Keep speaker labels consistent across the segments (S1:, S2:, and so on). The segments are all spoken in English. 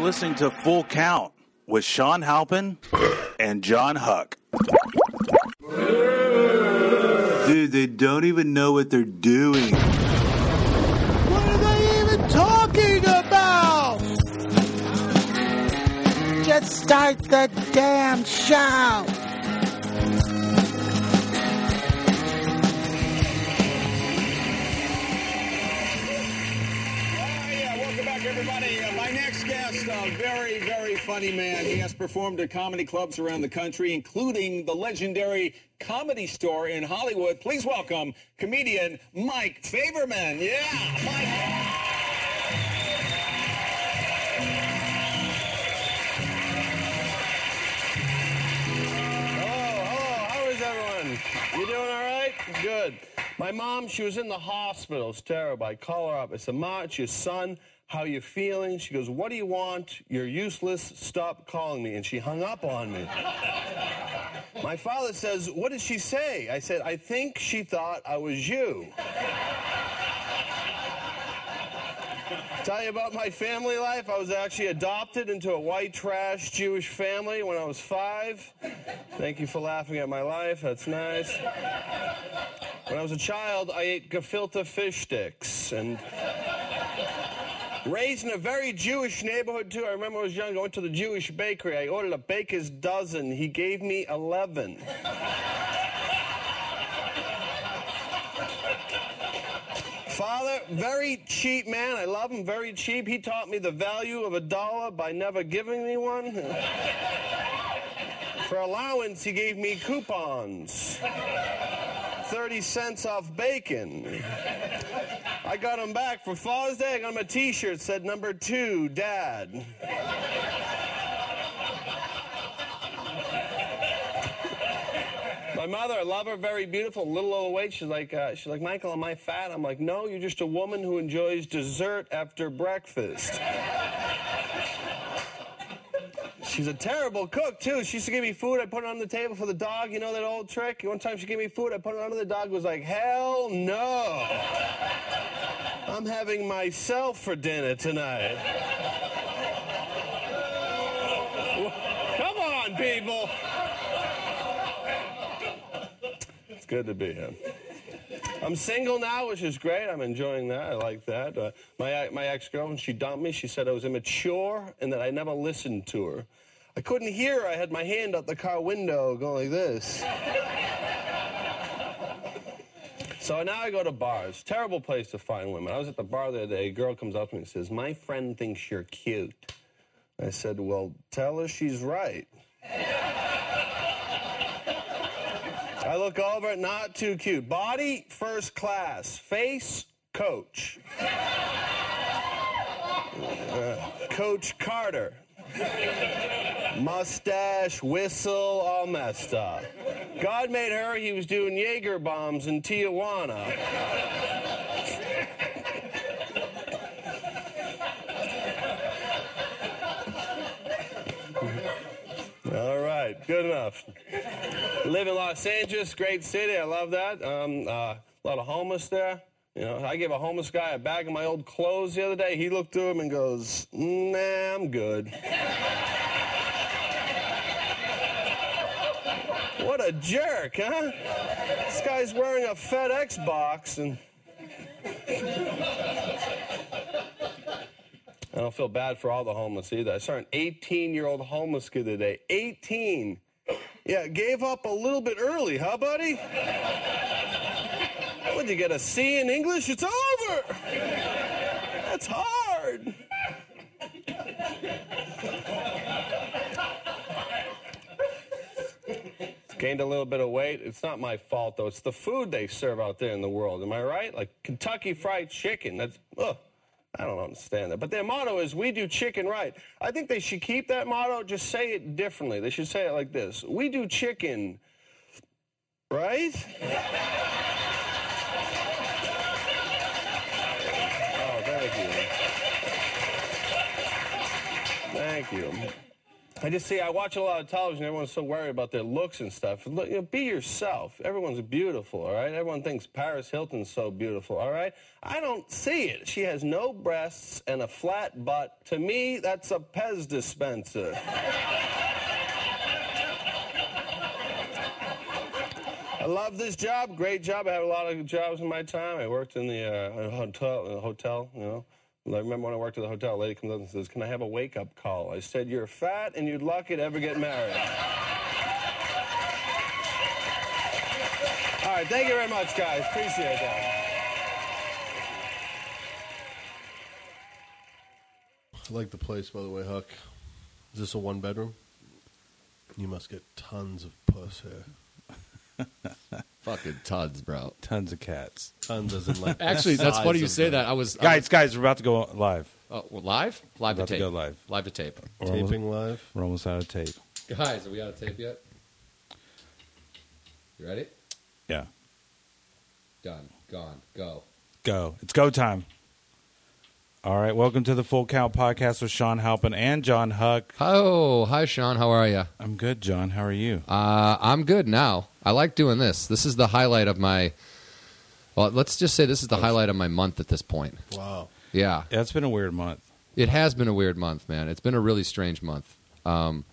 S1: listening to Full Count with Sean Halpin and John Huck. Dude, they don't even know what they're doing. What are they even talking about? Just start the damn show.
S2: Oh, yeah. Welcome back, everybody. Uh, my next guest, a very, very funny man. He has performed at comedy clubs around the country, including the legendary Comedy Store in Hollywood. Please welcome comedian Mike Favorman. Yeah, Mike. Oh,
S3: Hello, hello. Oh, How is everyone? You doing all right? Good. My mom, she was in the hospital. It's terrible. I call her up. I said, Ma, it's your son. How you feeling? She goes, What do you want? You're useless. Stop calling me. And she hung up on me. My father says, What did she say? I said, I think she thought I was you. Tell you about my family life. I was actually adopted into a white trash Jewish family when I was five. Thank you for laughing at my life. That's nice. When I was a child, I ate gefilte fish sticks and raised in a very Jewish neighborhood too. I remember when I was young. I went to the Jewish bakery. I ordered a baker's dozen. He gave me eleven. Father, very cheap man. I love him. Very cheap. He taught me the value of a dollar by never giving me one. For allowance, he gave me coupons. 30 cents off bacon. I got him back for Father's Day. I got him a t shirt said number two, Dad. My mother, I love her, very beautiful, little overweight. She's like, uh, she's like, Michael, am I fat? I'm like, no, you're just a woman who enjoys dessert after breakfast. She's a terrible cook too. She used to give me food, I put it on the table for the dog. You know that old trick. One time she gave me food, I put it under the dog. Was like, hell no. I'm having myself for dinner tonight. Come on, people. It's good to be here. I'm single now, which is great. I'm enjoying that. I like that. Uh, my my ex girlfriend, she dumped me. She said I was immature and that I never listened to her. I couldn't hear her. I had my hand out the car window going like this. so now I go to bars. Terrible place to find women. I was at the bar the other day. A girl comes up to me and says, My friend thinks you're cute. I said, Well, tell her she's right. I look over, not too cute. Body, first class. Face, coach. Uh, coach Carter. Mustache, whistle, all messed up. God made her, he was doing Jaeger bombs in Tijuana. All right, good enough live in Los Angeles, great city. I love that. Um, uh, a lot of homeless there. You know, I gave a homeless guy a bag of my old clothes the other day. He looked through them and goes, "Nah, I'm good." what a jerk, huh? This guy's wearing a FedEx box and. I don't feel bad for all the homeless either. I saw an 18 year old homeless kid today. 18. Yeah, gave up a little bit early, huh, buddy? Would you get a C in English? It's over. That's hard. Gained a little bit of weight. It's not my fault though. It's the food they serve out there in the world. Am I right? Like Kentucky Fried Chicken. That's ugh. I don't understand that. But their motto is we do chicken right. I think they should keep that motto, just say it differently. They should say it like this We do chicken right? oh, thank you. Thank you. I just see, I watch a lot of television. Everyone's so worried about their looks and stuff. Look, you know, be yourself. Everyone's beautiful, all right? Everyone thinks Paris Hilton's so beautiful, all right? I don't see it. She has no breasts and a flat butt. To me, that's a Pez dispenser. I love this job. Great job. I had a lot of jobs in my time. I worked in the uh, hotel, in a hotel, you know. I remember when I worked at the hotel, a lady comes up and says, Can I have a wake up call? I said, You're fat and you'd lucky to ever get married. All right, thank you very much, guys. Appreciate that.
S4: I like the place, by the way, Huck. Is this a one bedroom? You must get tons of puss here.
S5: Fucking tons, bro.
S6: Tons of cats.
S4: Tons as in like.
S5: Actually, that's
S4: size
S5: funny you
S4: of
S5: say
S4: the
S5: that. I was I
S6: Guys, guys, we're about to go live.
S5: was- oh, well, live, live
S6: About
S5: to
S6: to
S5: tape,
S6: go live.
S5: live to tape.
S6: We're almost,
S4: Taping live.
S6: we're almost out of tape.
S5: Guys, are we out of tape yet? You ready?
S6: Yeah.
S5: Done. Gone. Go.
S6: Go. It's go time. All right. Welcome to the Full Count Podcast with Sean Halpin and John Huck.
S5: Oh, hi, Sean. How are you?
S6: I'm good, John. How are you?
S5: Uh, I'm good now. I like doing this. This is the highlight of my. Well, let's just say this is the highlight of my month at this point.
S4: Wow.
S5: Yeah,
S6: Yeah, it's been a weird month,
S5: it has been a weird month, man. It's been a really strange month. Um,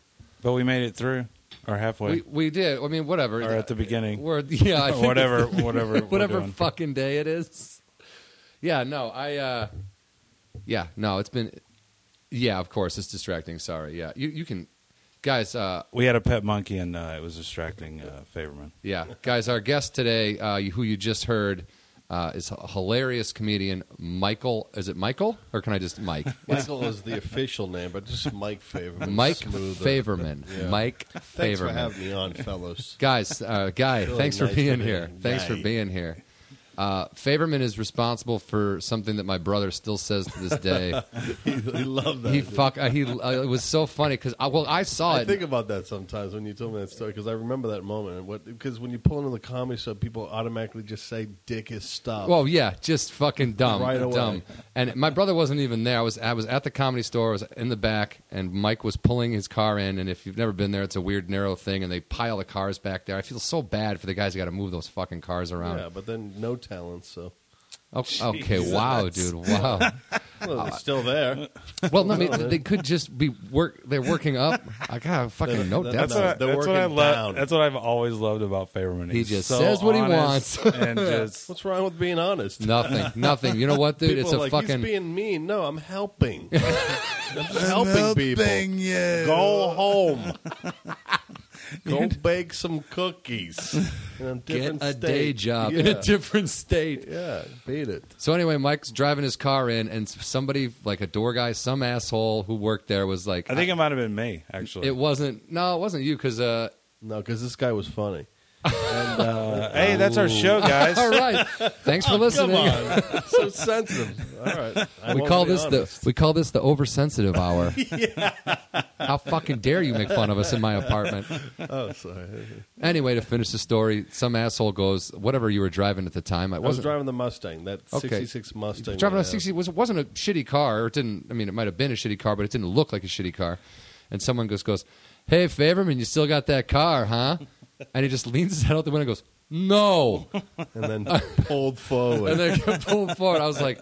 S6: but we made it through or halfway
S5: we we did. I mean, whatever.
S6: or at the beginning.
S5: We're yeah, I
S6: Or
S5: think
S6: whatever, whatever, we're
S5: whatever
S6: doing.
S5: fucking day it is. Yeah, no, I. uh Yeah, no, it's been. Yeah, of course, it's distracting. Sorry. Yeah, you you can, guys. uh
S6: We had a pet monkey and uh, it was distracting uh, Favorman.
S5: Yeah, guys, our guest today, uh, who you just heard. Uh, is a hilarious comedian Michael. Is it Michael or can I just Mike?
S4: Michael is the official name, but just Mike Favorman.
S5: Mike
S4: Smoother.
S5: Favorman.
S4: Yeah.
S5: Mike
S4: Thanks for
S5: Favorman.
S4: having me on, fellows.
S5: guys, uh, guy,
S4: Really
S5: thanks for
S4: nice
S5: being
S4: to be
S5: here.
S4: here.
S5: Thanks for
S4: Guy.
S5: being here. Uh, Favorman is responsible for something that my brother still says to this day.
S4: I love that.
S5: he fuck. Uh, he. Uh, it was so funny because I, well, I saw
S4: I
S5: it.
S4: think about that sometimes when you told me that story because I remember that moment. And what because when you pull into the comedy show, people automatically just say "dick is stuff."
S5: well, yeah, just fucking dumb,
S4: Right away.
S5: dumb. And my brother wasn't even there. I was. I was at the comedy store. I was in the back, and Mike was pulling his car in. And if you've never been there, it's a weird narrow thing, and they pile the cars back there. I feel so bad for the guys who got to move those fucking cars around.
S4: yeah, but then no talent, so
S5: Oh, okay, wow, dude, wow.
S4: well, it's still there.
S5: Well, no, I mean, they could just be work. They're working up. I got fucking no
S4: That's
S5: doubt.
S4: what I- they're
S6: I
S4: working down.
S6: love. That's what I've always loved about Favorman.
S5: He
S6: He's
S5: just
S6: so
S5: says what he
S6: honest and just
S4: What's wrong with being honest?
S5: Nothing, nothing. You know what, dude?
S4: people
S5: it's a
S4: are like
S5: fucking.
S4: he's being mean. No, I'm helping. I'm helping, people.
S1: you.
S4: Go home. Go bake some cookies. In a
S5: Get
S4: different
S5: a
S4: state.
S5: day job
S4: Yeah.
S5: in a different state.
S4: yeah, beat it.
S5: So anyway, Mike's driving his car in, and somebody, like a door guy, some asshole who worked there, was like,
S6: I think it might have been me actually.
S5: it wasn't. No, it wasn't you, because uh,
S4: No, because this guy was funny.
S6: Uh, hey, that's our show, guys.
S5: all right, thanks
S4: Oh,
S5: for listening.
S4: so sensitive. All right, I
S5: We
S4: won't
S5: call
S4: be
S5: this
S4: honest.
S5: the we call this the oversensitive hour. How fucking dare you make fun of us in my apartment?
S4: Oh, sorry.
S5: Anyway, to finish the story, some asshole goes, "Whatever you were driving at the time, I
S4: I was
S5: wasn't
S4: driving the Mustang. That
S5: Okay.
S4: '66 Mustang.
S5: driving
S4: I
S5: a
S4: had.
S5: sixty was wasn't a shitty car, or it didn't. I mean, it might have been a shitty car, but it didn't look like a shitty car." And someone goes, "Goes, hey Favorman, you still got that car, huh?" And he just leans his head out the window and goes, "No,"
S4: and then pulled forward.
S5: and then pulled forward. I was like,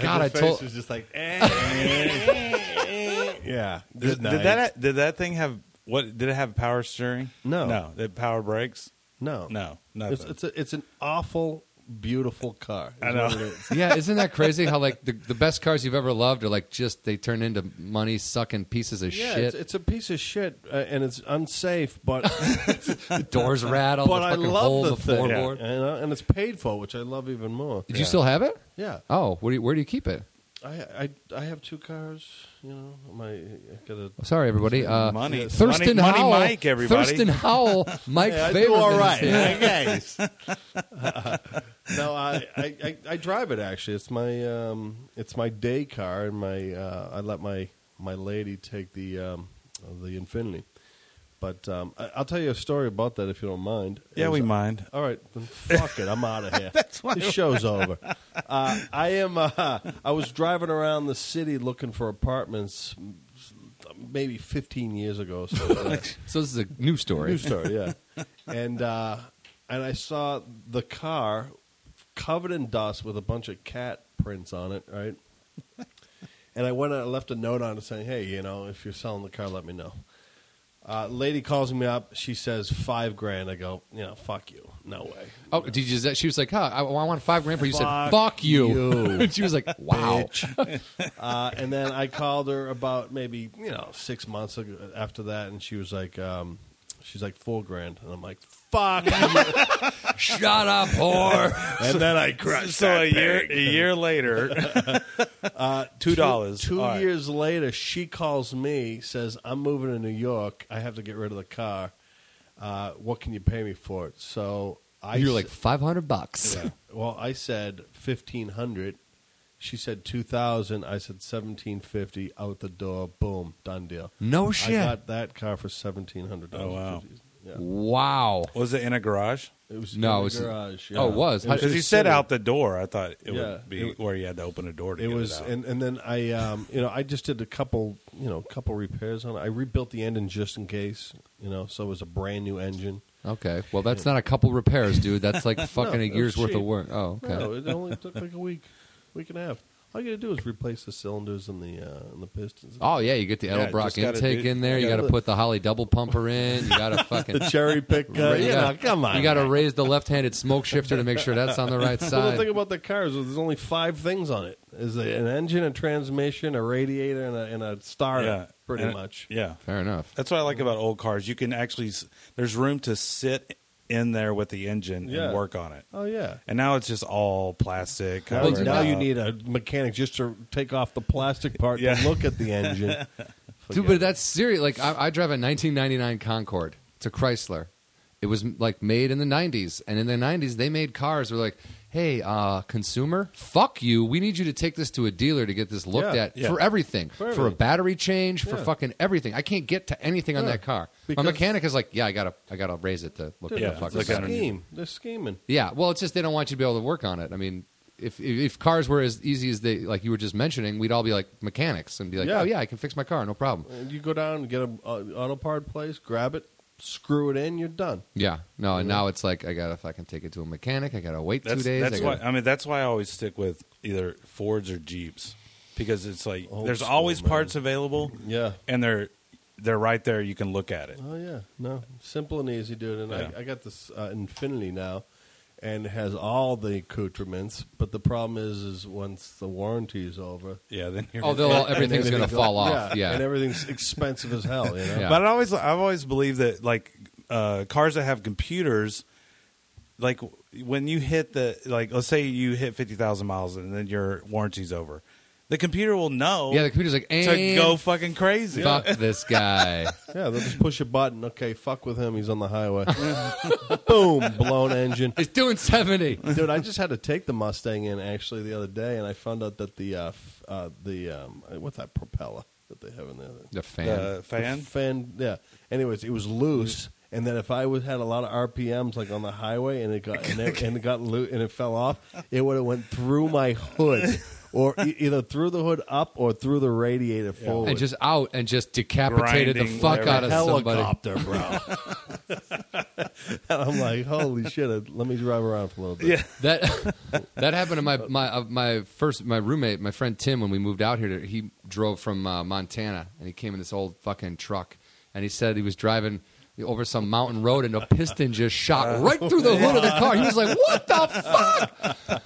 S5: "God,
S4: His
S5: I
S4: face
S5: told."
S4: was just like, eh. yeah. Good
S6: Did,
S4: night.
S6: did that did that thing have what? Did it have power steering?
S4: No.
S6: no. Did it power brakes?
S4: No,
S6: No, nothing.
S4: It's, it's, a, it's an awful, beautiful car.
S6: I know.
S5: Yeah, isn't that crazy? How like the, the best cars you've ever loved are like just they turn into money sucking pieces of
S4: Yeah,
S5: shit.
S4: it's, it's a piece of shit, uh, and it's unsafe, but
S5: the doors rattle,
S4: but
S5: the
S4: I
S5: fucking
S4: love
S5: hole
S4: the,
S5: in the
S4: thing,
S5: floorboard.
S4: you know, and it's paid for, which I love even more.
S5: Did you still have it?
S4: Yeah,
S5: Oh, where do you, where do you keep it?
S4: I, I I have two cars. You know, my I got a.
S5: Sorry, everybody. Uh,
S6: money,
S5: Thurston
S6: money,
S5: Howell,
S6: money, Mike. Everybody,
S5: Thurston Howell, Mike
S4: Hey, I
S5: Favorman
S4: do all
S5: is
S4: right,
S5: here.
S4: I guess. no, I, I, I, I drive it actually. It's my um, it's my day car, and my uh, I let my my lady take the um, the Infinity. But um, I, I'll tell you a story about that if you don't mind. It
S6: Yeah,
S4: was-
S6: we mind.
S4: All right, then fuck it. I'm out of here. this show's over. Uh, I am. Uh, I was driving around the city looking for apartments maybe 15 years ago. So uh,
S5: So this is a new story.
S4: New story, yeah. and uh, and I saw the car covered in dust with a bunch of cat prints on it, right? and I went out and left a note on it saying, "Hey, you know, if you're selling the car, let me know." Uh, lady calls me up. She says five grand. I go, you know, fuck you. No way.
S5: Oh, did you, she was like, huh, I, I want five grand for you. You said,
S4: Fuck
S5: fuck you.
S4: you.
S5: And she was like, wow.
S4: uh, and then I called her about maybe you know six months ago, after that, and she was like, um, she's like four grand, and I'm like, fuck. you."
S5: Shut up, whore.
S4: and then I crushed.
S6: So a year, a year later,
S5: Uh,
S6: two dollars.
S4: Two
S6: All right.
S4: years later, she calls me, says, "I'm moving to New York. I have to get rid of the car. Uh, what can you pay me for it?" So I
S5: You're
S4: s-
S5: like, 500 bucks.
S4: Yeah. well, I said fifteen hundred. She said two thousand. I said seventeen fifty. Out the door. Boom. Done deal.
S5: No shit.
S4: I got that car for seventeen hundred dollars.
S6: Oh, wow.
S4: Yeah.
S5: Wow.
S6: Was it in a garage?
S4: It was
S5: No,
S4: in
S5: it
S4: the
S5: was-
S4: garage.
S5: oh, it was. How-
S6: Because he
S4: just
S6: said
S4: sitting.
S6: out the door. I thought it
S4: Yeah.
S6: would be
S4: It-
S6: where you had to open a door to
S4: It
S6: get
S4: was,
S6: it out.
S4: and, and then I, um, you know, I just did a couple, you know, couple repairs on it. I rebuilt the engine just in case, you know, so it was a brand new engine.
S5: Okay. Well, that's not a couple repairs, dude. That's like fucking a
S4: it was
S5: year's worth of
S4: cheap.
S5: work. Oh, okay.
S4: No, it only took like a week, week and a half. All you got to do is replace the cylinders and the uh, and the pistons.
S5: Oh yeah, you get the
S6: Yeah,
S5: Edelbrock
S6: just gotta
S5: intake
S6: do-
S5: in there. You
S4: gotta
S5: got to
S4: look.
S5: put the Holly double pumper in. You got to fucking
S4: The cherry pick, uh,
S5: ra-
S4: you know,
S5: gotta-
S4: come on.
S5: You got to raise the left-handed smoke shifter to make sure that's on the right
S4: Well, the thing
S5: side.
S4: about the cars is there's only five things on it: is an engine, a transmission, a radiator, and a, and a starter,
S6: yeah,
S4: pretty
S6: And-
S4: much.
S6: Yeah,
S5: Fair enough.
S6: that's what I like about old cars. You can actually s- there's room to sit in there with the engine
S4: Yeah.
S6: and work on it.
S4: Oh yeah.
S6: And now it's just all plastic.
S4: Now,
S5: Well,
S6: covered
S4: now you
S6: up.
S4: need a mechanic just to take off the plastic part
S6: Yeah.
S4: to look at the engine.
S5: Dude, but that's serious. Like I, I drive a 1999 Concorde. It's a Chrysler. It was like made in the 90s, and in the 90s they made cars. Were like, hey, uh, consumer, fuck you. We need you to take this to a dealer to get this looked
S4: Yeah,
S5: at
S6: yeah.
S5: for everything, for, a
S4: everything.
S5: battery change, for
S4: Yeah.
S5: fucking everything. I can't get to anything on
S4: Yeah,
S5: that car.
S4: because-
S5: My mechanic is like, yeah, I gotta, I gotta raise it to look
S4: Dude,
S5: at
S6: Yeah,
S5: the
S4: it's
S5: fucking
S4: a
S6: look at
S5: battery.
S6: it.
S4: scheme. They're scheming.
S5: Yeah, well, it's just they don't want you to be able to work on it. I mean, if if, if cars were as easy as they like you were just mentioning, we'd all be like mechanics and be like,
S4: Yeah.
S5: oh yeah, I can fix my car, no problem.
S4: And you go down and get an auto part place, grab it, screw it in, you're done.
S5: Yeah, no, and now it's like I gotta fucking take it to a mechanic. I gotta wait
S6: That's,
S5: two days.
S6: that's
S5: I
S6: why
S5: gotta,
S6: I mean that's why I always stick with either Fords or Jeeps because it's like
S4: Old
S6: there's
S4: school,
S6: always
S4: man.
S6: parts available.
S4: Oh, Yeah.
S6: and they're they're right there. You can look at it.
S4: Oh yeah, no, simple and easy, dude. And
S6: Yeah.
S4: I, I got this uh, Infinity now, and it has all the accoutrements. But the problem is, is once the warranty is over,
S6: Yeah, then you're
S5: oh, they'll, everything's
S4: and
S5: gonna
S4: everything-
S5: fall off. Yeah,
S4: and everything's expensive as hell. You know,
S5: Yeah.
S6: But I always, I've always believed that like uh, cars that have computers, like when you hit the like, let's say you hit fifty thousand miles and then your warranty's over, the computer will know.
S5: yeah. The computer's like,
S6: to
S5: and
S6: go fucking crazy.
S5: fuck this guy.
S4: yeah, they'll just push a button. Okay, fuck with him. He's on the highway. Boom, blown engine.
S5: He's doing seventy.
S4: dude. I just had to take the Mustang in actually the other day, and I found out that the uh, f- uh, the um, what's that propeller that they have in there? Uh,
S5: The fan.
S6: The fan. Mm.
S4: The fan. Yeah. Anyways, it was loose, and then if I was had a lot of RPMs like on the highway, and it got and it, and it got loose and it fell off, it would have went through my hood, or e- either through the hood up or through the radiator forward.
S5: and just out and just decapitated the
S6: Grinding
S5: fuck
S6: whatever.
S5: out of somebody.
S4: helicopter, bro. and I'm like, holy shit! Let me drive around for a little bit.
S6: Yeah.
S5: That that happened to my my uh, my first my roommate my friend Tim when we moved out here. He drove from uh, Montana and he came in this old fucking truck and he said he was driving over some mountain road and a piston just shot right through the hood of the car. He was like, "What the fuck?"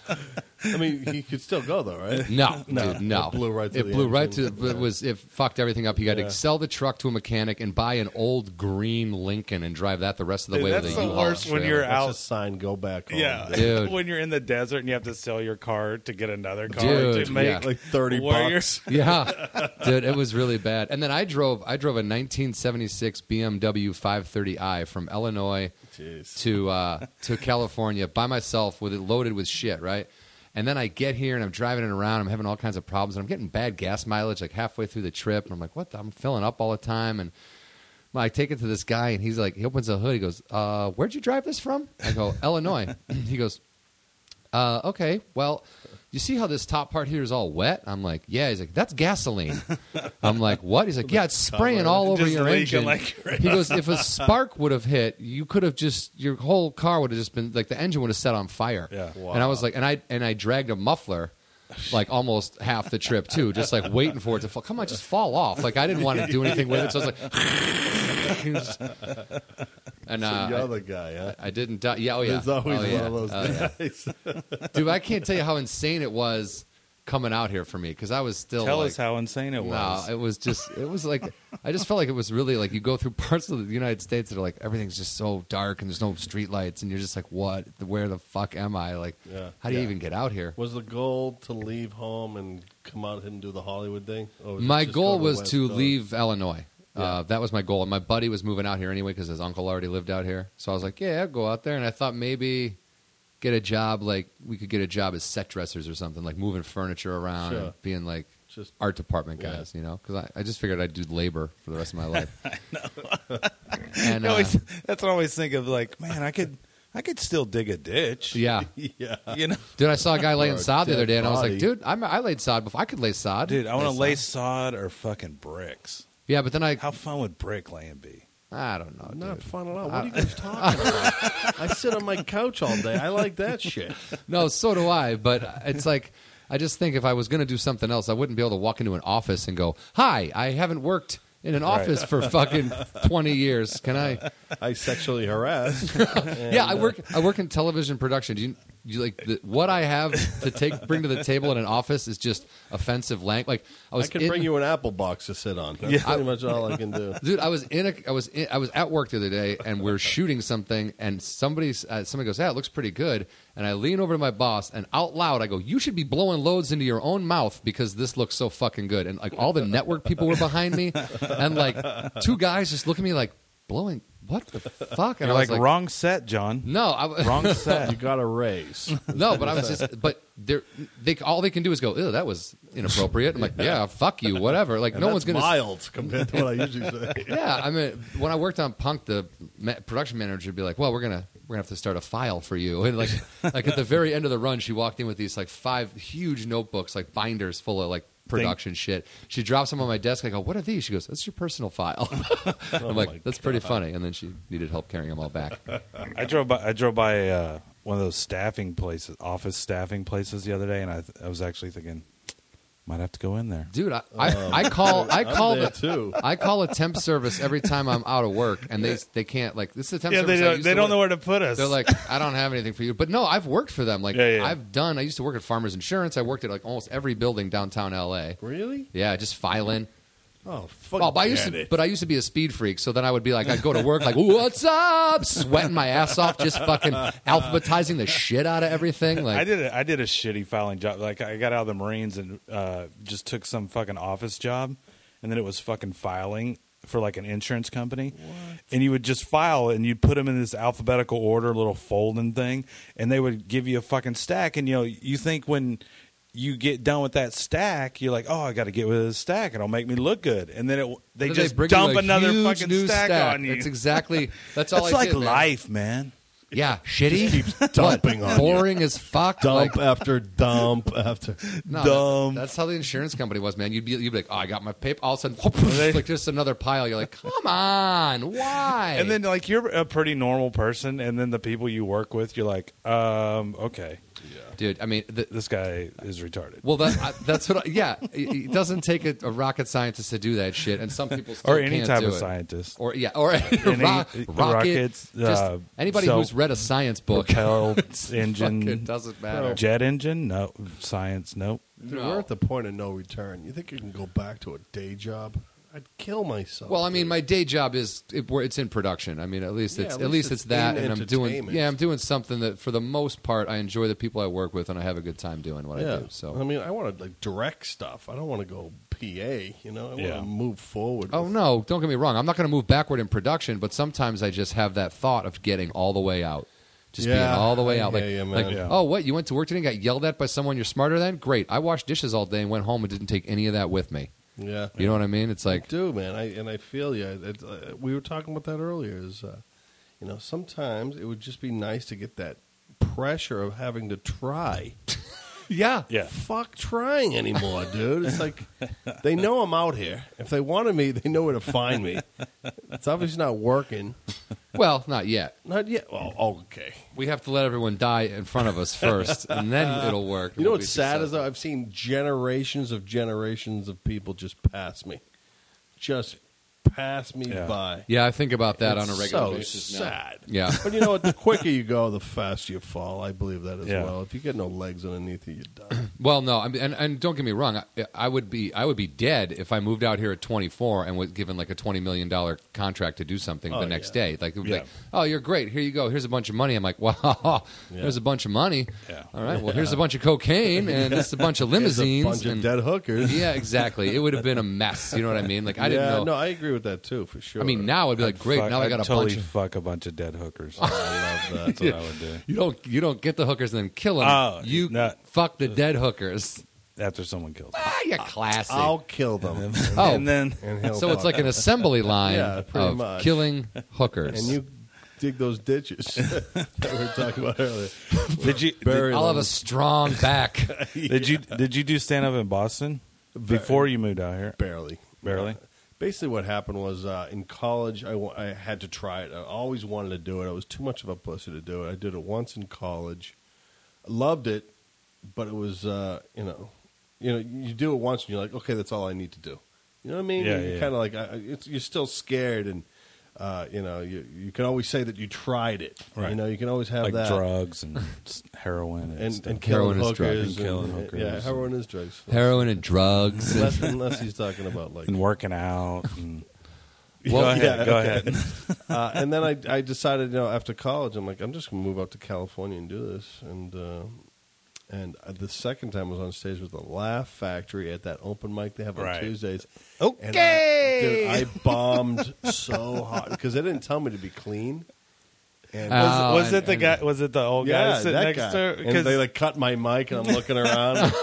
S4: I mean, he could still go though, right?
S5: No, no, dude, no.
S4: It blew right to
S5: It
S4: the
S5: blew right to.
S4: engine.
S5: It was it fucked everything up. He got
S4: Yeah.
S5: to sell the truck to a mechanic and buy an old green Lincoln and drive that the rest of the way
S6: That's
S5: with a
S6: the
S5: U-Haul
S6: worst when
S5: trailer.
S6: you're
S4: That's
S6: out.
S4: a sign. Go back. Home.
S6: yeah,
S5: Dude.
S6: when you're in the desert and you have to sell your car to get another car
S5: Dude,
S6: to make
S5: yeah.
S4: like thirty
S6: warriors.
S5: Yeah, dude, it was really bad. And then I drove, I drove a 1976 BMW 530i from Illinois
S4: bucks. Jeez.
S5: to uh, to California by myself with it loaded with shit, right? And then I get here and I'm driving it around. I'm having all kinds of problems, and I'm getting bad gas mileage like halfway through the trip. And I'm like, what? the- I'm filling up all the time, and well, I take it to this guy, and he's like, he opens the hood. He goes, uh, "Where'd you drive this from?" I go, "Illinois." he goes, uh, "Okay, well, you see how this top part here is all wet? I'm like, yeah. He's like, that's gasoline. I'm like, what? He's like, yeah, it's spraying all over
S6: Just
S5: your
S6: leaking
S5: engine.
S6: like crazy.
S5: he goes, if a spark would have hit, you could have just your whole car would have just been like the engine would have set on fire.
S6: Yeah.
S5: And I was like, and I and I dragged a muffler. Like almost half the trip too, just like waiting for it to fall. Come on, just fall off. Like I didn't want to do anything with it, so I was like, and uh,
S4: the
S5: I-
S4: other guy, huh?
S5: I didn't die. Yeah, oh yeah.
S4: There's always
S5: Oh,
S4: one
S5: yeah.
S4: of those
S5: Oh, yeah.
S4: guys.
S5: Dude, I can't tell you how insane it was coming out here for me because I was still.
S6: Tell
S5: like,
S6: us how insane it was.
S5: No, it was just. It was like I just felt like it was really like you go through parts of the United States that are like everything's just so dark and there's no streetlights and you're just like what? Where the fuck am I? Like,
S4: Yeah.
S5: how do you
S4: Yeah.
S5: even get out here?
S4: was the goal to leave home and come out here and do the Hollywood thing? Or was it
S5: my
S4: just go
S5: goal
S4: to
S5: was
S4: West
S5: to
S4: Coast?
S5: leave Illinois.
S4: Yeah.
S5: Uh, that was my goal. And my buddy was moving out here anyway because his uncle already lived out here. So I was like, yeah, I'll go out there. And I thought maybe get a job, like we could get a job as set dressers or something, like moving furniture around
S4: Sure.
S5: and being like
S4: Just
S5: art department
S4: Yeah.
S5: guys, you know? Because I, I just figured I'd do labor for the rest of my life. I know. and,
S6: I
S5: uh,
S6: always- that's what I always think of. Like, man, I could, I could still dig a ditch.
S5: yeah.
S4: yeah.
S6: you know,
S5: Dude, I saw a guy laying
S4: a
S5: sod the other
S4: dead
S5: day, and I was like,
S4: body.
S5: dude, I'm, I laid sod before. I could lay sod.
S6: dude, I want to lay sod or fucking bricks.
S5: Yeah, but then I,
S6: How fun would brick laying be?
S5: I don't know,
S4: Not
S5: dude.
S4: fun at all. What are you guys talking about? I sit on my couch all day. I like that shit.
S5: No, so do I. But it's like I just think if I was going to do something else, I wouldn't be able to walk into an office and go, "Hi, I haven't worked in an office for fucking twenty years. Can I?"
S4: I sexually harass.
S5: yeah, I work. I work in television production. Do you, do you like the, what I have to take bring to the table in an office is just offensive language. Like I was
S4: I can
S5: in-
S4: bring you an apple box to sit on. That's pretty much all I can do.
S5: Dude, I was in a, I was in, I was at work the other day, and we are shooting something, and somebody uh, somebody goes, "Yeah, it looks pretty good." And I lean over to my boss, and out loud, I go, "You should be blowing loads into your own mouth because this looks so fucking good." And like all the network people were behind me, and like two guys just look at me like blowing what the fuck, and
S6: You're
S5: I
S6: like,
S5: was like,
S6: wrong set, John.
S5: No, I w-
S6: Wrong set.
S4: You got a raise.
S5: no, but I was just, but they're, they all they can do is go, "Ew, that was inappropriate." I'm like, "Yeah, fuck you, whatever." Like
S4: And
S5: no
S4: that's
S5: one's gonna
S4: mild compared to what I usually say.
S5: yeah, I mean, when I worked on Punk, the ma- production manager would be like, "Well, we're gonna we're gonna have to start a file for you." And like, like at the very end of the run, she walked in with these like five huge notebooks, like binders full of like production shit. She drops them on my desk. I go, "What are these?" She goes, "That's your personal file." I'm
S4: Oh my
S5: like, "That's pretty funny." And then she needed help carrying them all back.
S6: I drove by. I drove by uh, one of those staffing places, office staffing places, the other day, and I, th- I was actually thinking, might have to go in there.
S5: Dude, I, I, I call I
S4: Oh. I'm
S5: call
S4: there,
S5: the,
S4: too.
S5: I call a temp service every time I'm out of work, and they they can't like this is the temp
S6: Yeah,
S5: service.
S6: they
S5: I
S6: don't,
S5: used
S6: they
S5: to
S6: don't
S5: work-
S6: know where to put us.
S5: They're like, I don't have anything for you. But no, I've worked for them. Like
S6: Yeah, yeah.
S5: I've done. I used to work at Farmers Insurance. I worked at like almost every building downtown LA.
S4: Really?
S5: Yeah, just filing.
S4: Oh, fuck.
S5: Well, but I used to,
S4: it.
S5: but I used to be a speed freak. So then I would be like, I'd go to work like, "What's up?" Sweating my ass off, just fucking alphabetizing the shit out of everything. Like,
S6: I did a, I did a shitty filing job. Like I got out of the Marines and uh, just took some fucking office job, and then it was fucking filing for like an insurance company. And you would just file and you'd put them in this alphabetical order, little folding thing, and they would give you a fucking stack. And you know, you think when you get done with that stack, you're like, oh, I got to get rid of the stack. It'll make me look good. And then it they
S5: Then
S6: just
S5: bring you
S6: dump
S5: a
S6: another
S5: huge
S6: fucking
S5: new
S6: stack, on you.
S5: That's exactly. That's all.
S6: That's
S5: I
S6: like
S5: did, man.
S6: life, man.
S5: Yeah, shitty.
S4: dumping
S5: What?
S4: on you.
S5: boring as fuck.
S4: dump
S5: like-
S4: after dump after.
S5: No,
S6: Dumb.
S5: that- that's how the insurance company was, man. You'd be, you'd be like, oh, I got my paper. All of a sudden, whoop,
S6: they-
S5: like just another pile. You're like, come on, why?
S6: And then like you're a pretty normal person, and then the people you work with, you're like, um, okay,
S5: dude, I mean, the,
S6: this guy is retarded.
S5: well, that, I, that's what. I, yeah, it, it doesn't take a, a rocket scientist to do that shit, and some people still
S6: or any
S5: can't
S6: type
S5: do
S6: of
S5: it.
S6: scientist.
S5: Or yeah, or ro- rocket,
S6: rockets,
S5: just
S6: uh,
S5: anybody
S6: self-
S5: who's read a science book,
S6: Propel
S5: fucking
S6: engine,
S5: doesn't matter.
S6: jet engine, no science, nope.
S4: Dude,
S5: No.
S4: We're at the point of no return. You think you can go back to a day job? I'd kill myself.
S5: Well, I mean,
S4: dude.
S5: my day job is it, where it's in production. I mean, at least
S4: Yeah,
S5: it's at least, it's, that,
S4: in
S5: and I'm doing
S4: entertainment.
S5: yeah, I'm doing something that for the most part I enjoy the people I work with, and I have a good time doing what I do. So,
S4: I mean, I want to like direct stuff. I don't want to go PA. You know, I want to
S6: Yeah.
S4: move forward.
S5: oh
S4: with-
S5: no, don't get me wrong, I'm not going to move backward in production, but sometimes I just have that thought of getting all the way out. Just being
S4: Yeah,
S5: all the way
S4: I
S5: out, like,
S4: hear you, man.
S5: like
S6: Yeah.
S5: oh, what you went to work today and got yelled at by someone you're smarter than? Great, I washed dishes all day and went home and didn't take any of that with me.
S4: yeah,
S5: You know what I mean? It's like,
S4: do, man. I and I feel you. It, uh, we were talking about that earlier. Is uh, you know, sometimes it would just be nice to get that pressure of having to try.
S5: yeah.
S6: Yeah.
S4: fuck trying anymore, dude. It's like they know I'm out here. If they wanted me, they know where to find me. It's obviously not working.
S5: Well, not yet.
S4: Not yet. Well, oh, okay.
S5: We have to let everyone die in front of us first, and then it'll work.
S4: You know
S5: We'll be
S4: what's sad is
S5: successful.
S4: though, I've seen generations of generations of people just pass me, just pass me
S6: Yeah.
S4: by.
S5: Yeah, I think about that
S4: It's
S5: on a regular
S4: so
S5: basis now.
S4: sad.
S5: Yeah.
S4: But you know what? The quicker you go, the faster you fall. I believe that as
S6: Yeah.
S4: well. If you get no legs underneath you, you're done.
S5: Well, no, I mean, and, and don't get me wrong. I, I would be I would be dead if I moved out here at 24 and was given like a 20 million dollar contract to do something
S4: Oh,
S5: the next
S4: yeah.
S5: day. Like, it would be
S6: Yeah.
S5: like, oh, you're great. Here you go. Here's a bunch of money. I'm like, wow, there's a bunch of money.
S6: Yeah.
S5: All right. Well, here's a bunch of cocaine and this is a bunch of
S4: There's a
S5: limousines.
S4: bunch of
S5: and-
S4: dead hookers.
S5: yeah, exactly. It would have been a mess. You know what I mean? Like, I
S4: yeah,
S5: didn't know.
S4: No, I agree with that too, for sure.
S5: I mean, now I'd be like, great.
S6: Fuck,
S5: now I
S6: I'd
S5: got a
S6: totally
S5: bunch. Of,
S6: fuck a bunch of dead hookers. I love that. That's what I would do
S5: you don't you don't get the hookers and then kill them.
S6: Oh,
S5: you
S6: no.
S5: fuck the dead hookers.
S6: after someone kills.
S5: Ah, you classy.
S4: I'll kill them.
S5: Oh.
S6: and then
S4: and he'll
S5: So it's
S4: fuck.
S5: like an assembly line
S4: Yeah, pretty
S5: of
S4: much.
S5: killing hookers.
S4: and you dig those ditches that we were talking about earlier.
S6: did you
S4: Bury
S5: I'll have
S4: them.
S5: a strong back.
S6: did you did you do stand up in Boston before you moved out here?
S4: barely, Uh,
S6: Barely.
S4: Basically, what happened was uh, in college, I wa- I had to try it. I always wanted to do it. I was too much of a pussy to do it. I did it once in college, loved it, but it was uh, you know, you know, you do it once and you're like, okay, that's all I need to do. You know what I mean?
S6: Yeah,
S4: you're
S6: yeah.
S4: kind of like I, I- it's, you're still scared, and uh, you know, you you can always say that you tried it. You
S6: Right.
S4: know, you can always have
S6: Like
S4: that.
S6: drugs and s- heroin and,
S4: and,
S6: stuff.
S4: and killing
S5: Heroin is drugs.
S4: hookers,
S6: And killing
S4: and-
S6: hookers.
S4: Yeah, heroin is drugs.
S5: Heroin and drugs.
S4: Unless, unless he's talking about like.
S6: and working out. And,
S5: Well,
S6: go ahead.
S4: yeah,
S6: go
S4: okay.
S6: ahead.
S4: Uh, and then I, I decided, you know, after college, I'm like, I'm just gonna move out to California and do this. And uh, and uh, the second time I was on stage with the Laugh Factory at that open mic they have on
S6: Right.
S4: Tuesdays. And
S6: Okay.
S4: I, dude, I bombed so hard because they didn't tell me to be clean. And
S5: Uh,
S6: Was, was
S5: and-
S6: it the
S5: and-
S6: guy? Was it the old guy sitting
S4: that
S6: next
S4: guy.
S6: to her?
S4: And they like cut my mic, and I'm looking around.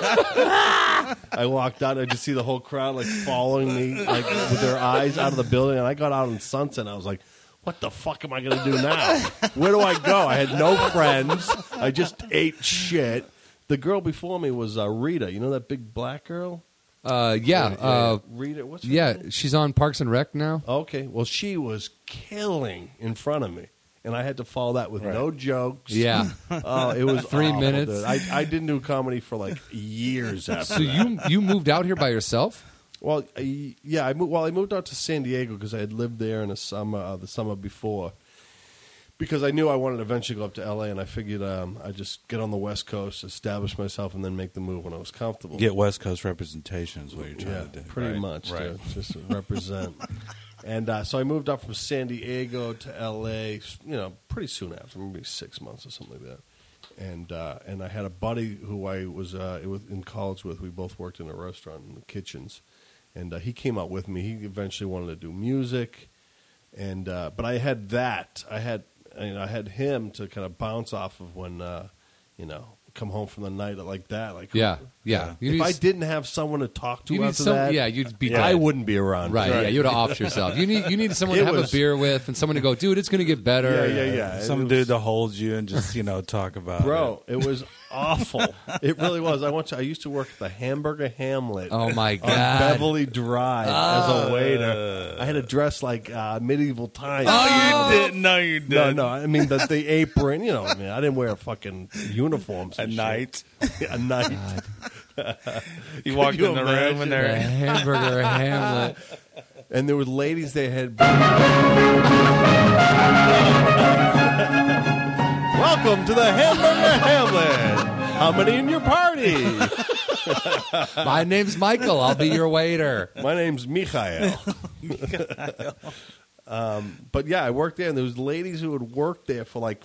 S4: I walked out, and I just see the whole crowd like following me, like with their eyes out of the building. And I got out in Sunset, and I was like, "What the fuck am I going to do now? Where do I go? I had no friends. I just ate shit." The girl before me was uh, Rita. You know that big black girl?
S5: Uh, yeah, uh,
S4: Rita. What's her
S5: yeah.
S4: name?
S5: She's on Parks and Rec now.
S4: Okay. Well, she was killing in front of me, and I had to follow that with
S6: Right.
S4: no jokes.
S5: Yeah.
S4: Oh, it was
S5: Three
S4: awful,
S5: minutes.
S4: dude. I, I didn't do comedy for like years after.
S5: So you you moved out here by yourself?
S4: well, I, yeah, I moved. Well, I moved out to San Diego because I had lived there in the summer, uh, the summer before, because I knew I wanted to eventually go up to L.A. and I figured um, I just get on the West Coast, establish myself, and then make the move when I was comfortable.
S6: get West Coast representation is what you're trying
S4: yeah,
S6: to do.
S4: pretty
S6: right?
S4: much,
S6: Right.
S4: dude. just to represent. And uh, so I moved up from San Diego to L.A. You know, pretty soon after, maybe six months or something like that. And uh, and I had a buddy who I was uh, with- in college with. We both worked in a restaurant in the kitchens, and uh, he came out with me. He eventually wanted to do music, and uh, but I had that. I had I, mean, I had him to kind of bounce off of when uh, you know come home from the night like that. Like
S5: Yeah, yeah. You
S4: if
S5: need
S4: I
S5: s-
S4: didn't have someone to talk to
S5: You need
S4: after
S5: some-
S4: that,
S5: yeah, you'd be
S4: I
S5: dead.
S4: wouldn't be around.
S5: Right, yeah, you would have offed yourself. You need you need someone
S4: It
S5: to have
S4: was-
S5: a beer with and someone to go, dude, it's going to get better.
S4: Yeah, yeah, yeah.
S6: Some dude to hold you and just you know talk about
S4: bro, it was awful. It really was. I went to, I used to work at the Hamburger Hamlet.
S5: Oh my
S4: On
S5: god. Uh.
S4: Beverly Drive as a waiter, I had to dress like uh, medieval times.
S5: Oh,
S6: it. No, you didn't. No, you
S4: no,
S6: didn't.
S4: no, I mean the, the apron. You know, I mean, I didn't wear a fucking uniforms
S6: At
S4: and shit.
S6: night,
S4: a
S5: Uh.
S4: night.
S6: you walked
S4: you
S6: in the room
S4: imagine
S6: and
S5: The
S6: they're
S5: hamburger Hamlet.
S4: and there were ladies they had. Welcome to the Hamburger Hamlet. How many in your party?
S5: My name's Michael. I'll be your waiter.
S4: My name's Michael. um, but yeah, I worked there, and there was ladies who had worked there for like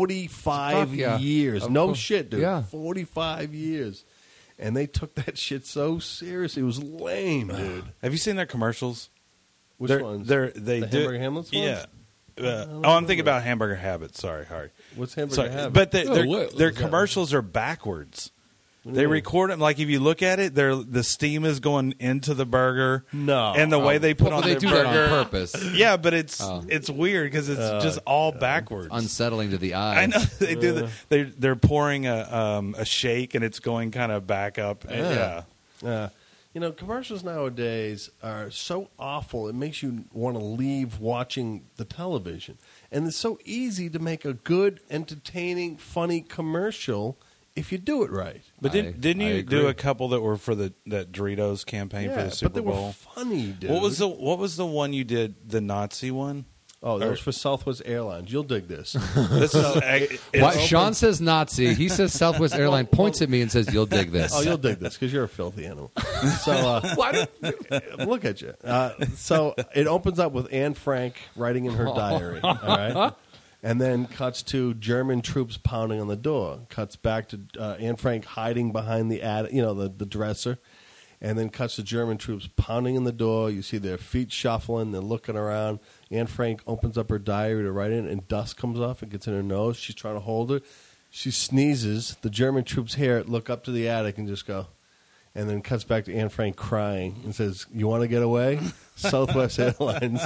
S4: forty-five
S5: Fuck yeah.
S4: years.
S5: Of
S4: no
S5: course.
S4: shit, dude.
S5: Yeah.
S4: Forty-five years, and they took that shit so seriously. It was lame, dude.
S6: Have you seen their commercials?
S4: Which
S6: they're,
S4: ones?
S6: They're, they
S4: The
S6: do,
S4: Hamburger Hamlet's ones?
S6: Yeah. Uh, oh, I'm thinking about Hamburger Habits. Sorry, Harry.
S4: What's hamburger?
S6: Sorry,
S4: Hamlet?
S6: but they,
S5: Oh, what-
S6: their their
S5: what was that?
S6: commercials are backwards. They record them like if you look at it, they're the steam is going into the burger.
S4: No. Oh.
S6: and the way they put
S5: Well,
S6: on
S5: they
S6: their
S5: do
S6: burger.
S5: that on purpose. Oh.
S6: Yeah, but it's it's weird because it's
S4: Uh,
S6: just all backwards.
S5: Unsettling to the eye.
S6: I know they do. The, they they're pouring a um, a shake and it's going kind of back up. And, yeah,
S4: Uh, you know, commercials nowadays are so awful, it makes you want to leave watching the television. And it's so easy to make a good, entertaining, funny commercial if you do it right.
S6: but
S5: I-
S6: didn't didn't
S5: I
S6: you do
S5: agree.
S6: a couple that were for the that Doritos campaign for
S4: Yeah,
S6: the Super
S4: but they
S6: Bowl?
S4: were funny, dude.
S6: What was the What was the one you did? The Nazi one.
S4: Oh, that
S6: or-
S4: was for Southwest Airlines. You'll dig this.
S6: This is I- it's
S5: Why,
S6: open-
S5: Sean says Nazi. He says Southwest Airline. Points at me and says, "You'll dig this."
S4: oh, you'll dig this because you're a filthy animal. So uh, look at you. Uh, so it opens up with Anne Frank writing in her diary, all right, and then cuts to German troops pounding on the door. Cuts back to uh, Anne Frank hiding behind the ad, you know, the, the dresser, and then cuts to German troops pounding in the door. You see their feet shuffling. They're looking around. Anne Frank opens up her diary to write in, and dust comes off and gets in her nose. She's trying to hold it. She sneezes. The German troops hear it, look up to the attic, and just go and then cuts back to Anne Frank crying and says, "You want to get away?" Southwest Airlines.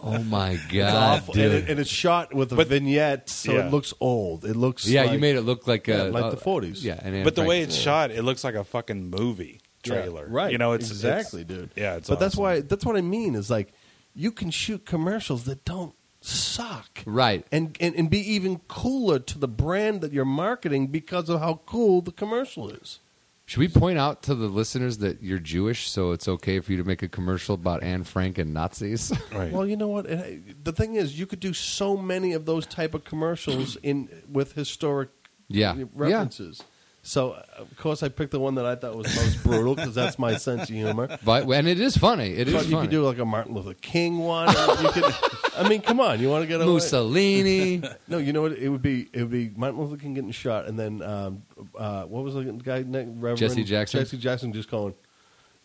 S5: Oh my
S4: It's
S5: god,
S4: awful.
S5: dude!
S4: And, it, and it's shot with a
S6: But-
S4: vignette, so
S6: yeah.
S4: it looks old. It looks
S5: yeah,
S4: like,
S5: you made it look like
S4: Yeah,
S5: uh,
S4: like the
S5: uh,
S4: 40s.
S5: Yeah, and Anne
S6: But the
S5: Frank-
S6: way it's shot, it looks like a fucking movie trailer.
S4: Yeah, right?
S6: You know, it's
S4: exactly, dude.
S6: yeah, it's
S4: but that's
S6: awesome.
S4: why that's what I mean is like you can shoot commercials that don't suck,
S5: Right.
S4: And, and and be even cooler to the brand that you're marketing because of how cool the commercial is.
S5: Should we point out to the listeners that you're Jewish, so it's okay for you to make a commercial about Anne Frank and Nazis?
S6: It's, right.
S4: Well, you know what? It- The thing is, you could do so many of those type of commercials in with historic
S5: Yeah.
S4: references. So uh, of course, I picked the one that I thought was most brutal because that's my sense of humor.
S5: but and it is funny. It is
S4: but you
S5: funny.
S4: could do like a Martin Luther King one. or you could, I mean, come on, you want to get away?
S5: Mussolini.
S4: No, you know what? It would be it would be Martin Luther King getting shot, and then um, uh, what was the guy? Next, Reverend
S5: Jesse Jackson?
S4: Jesse Jackson just going,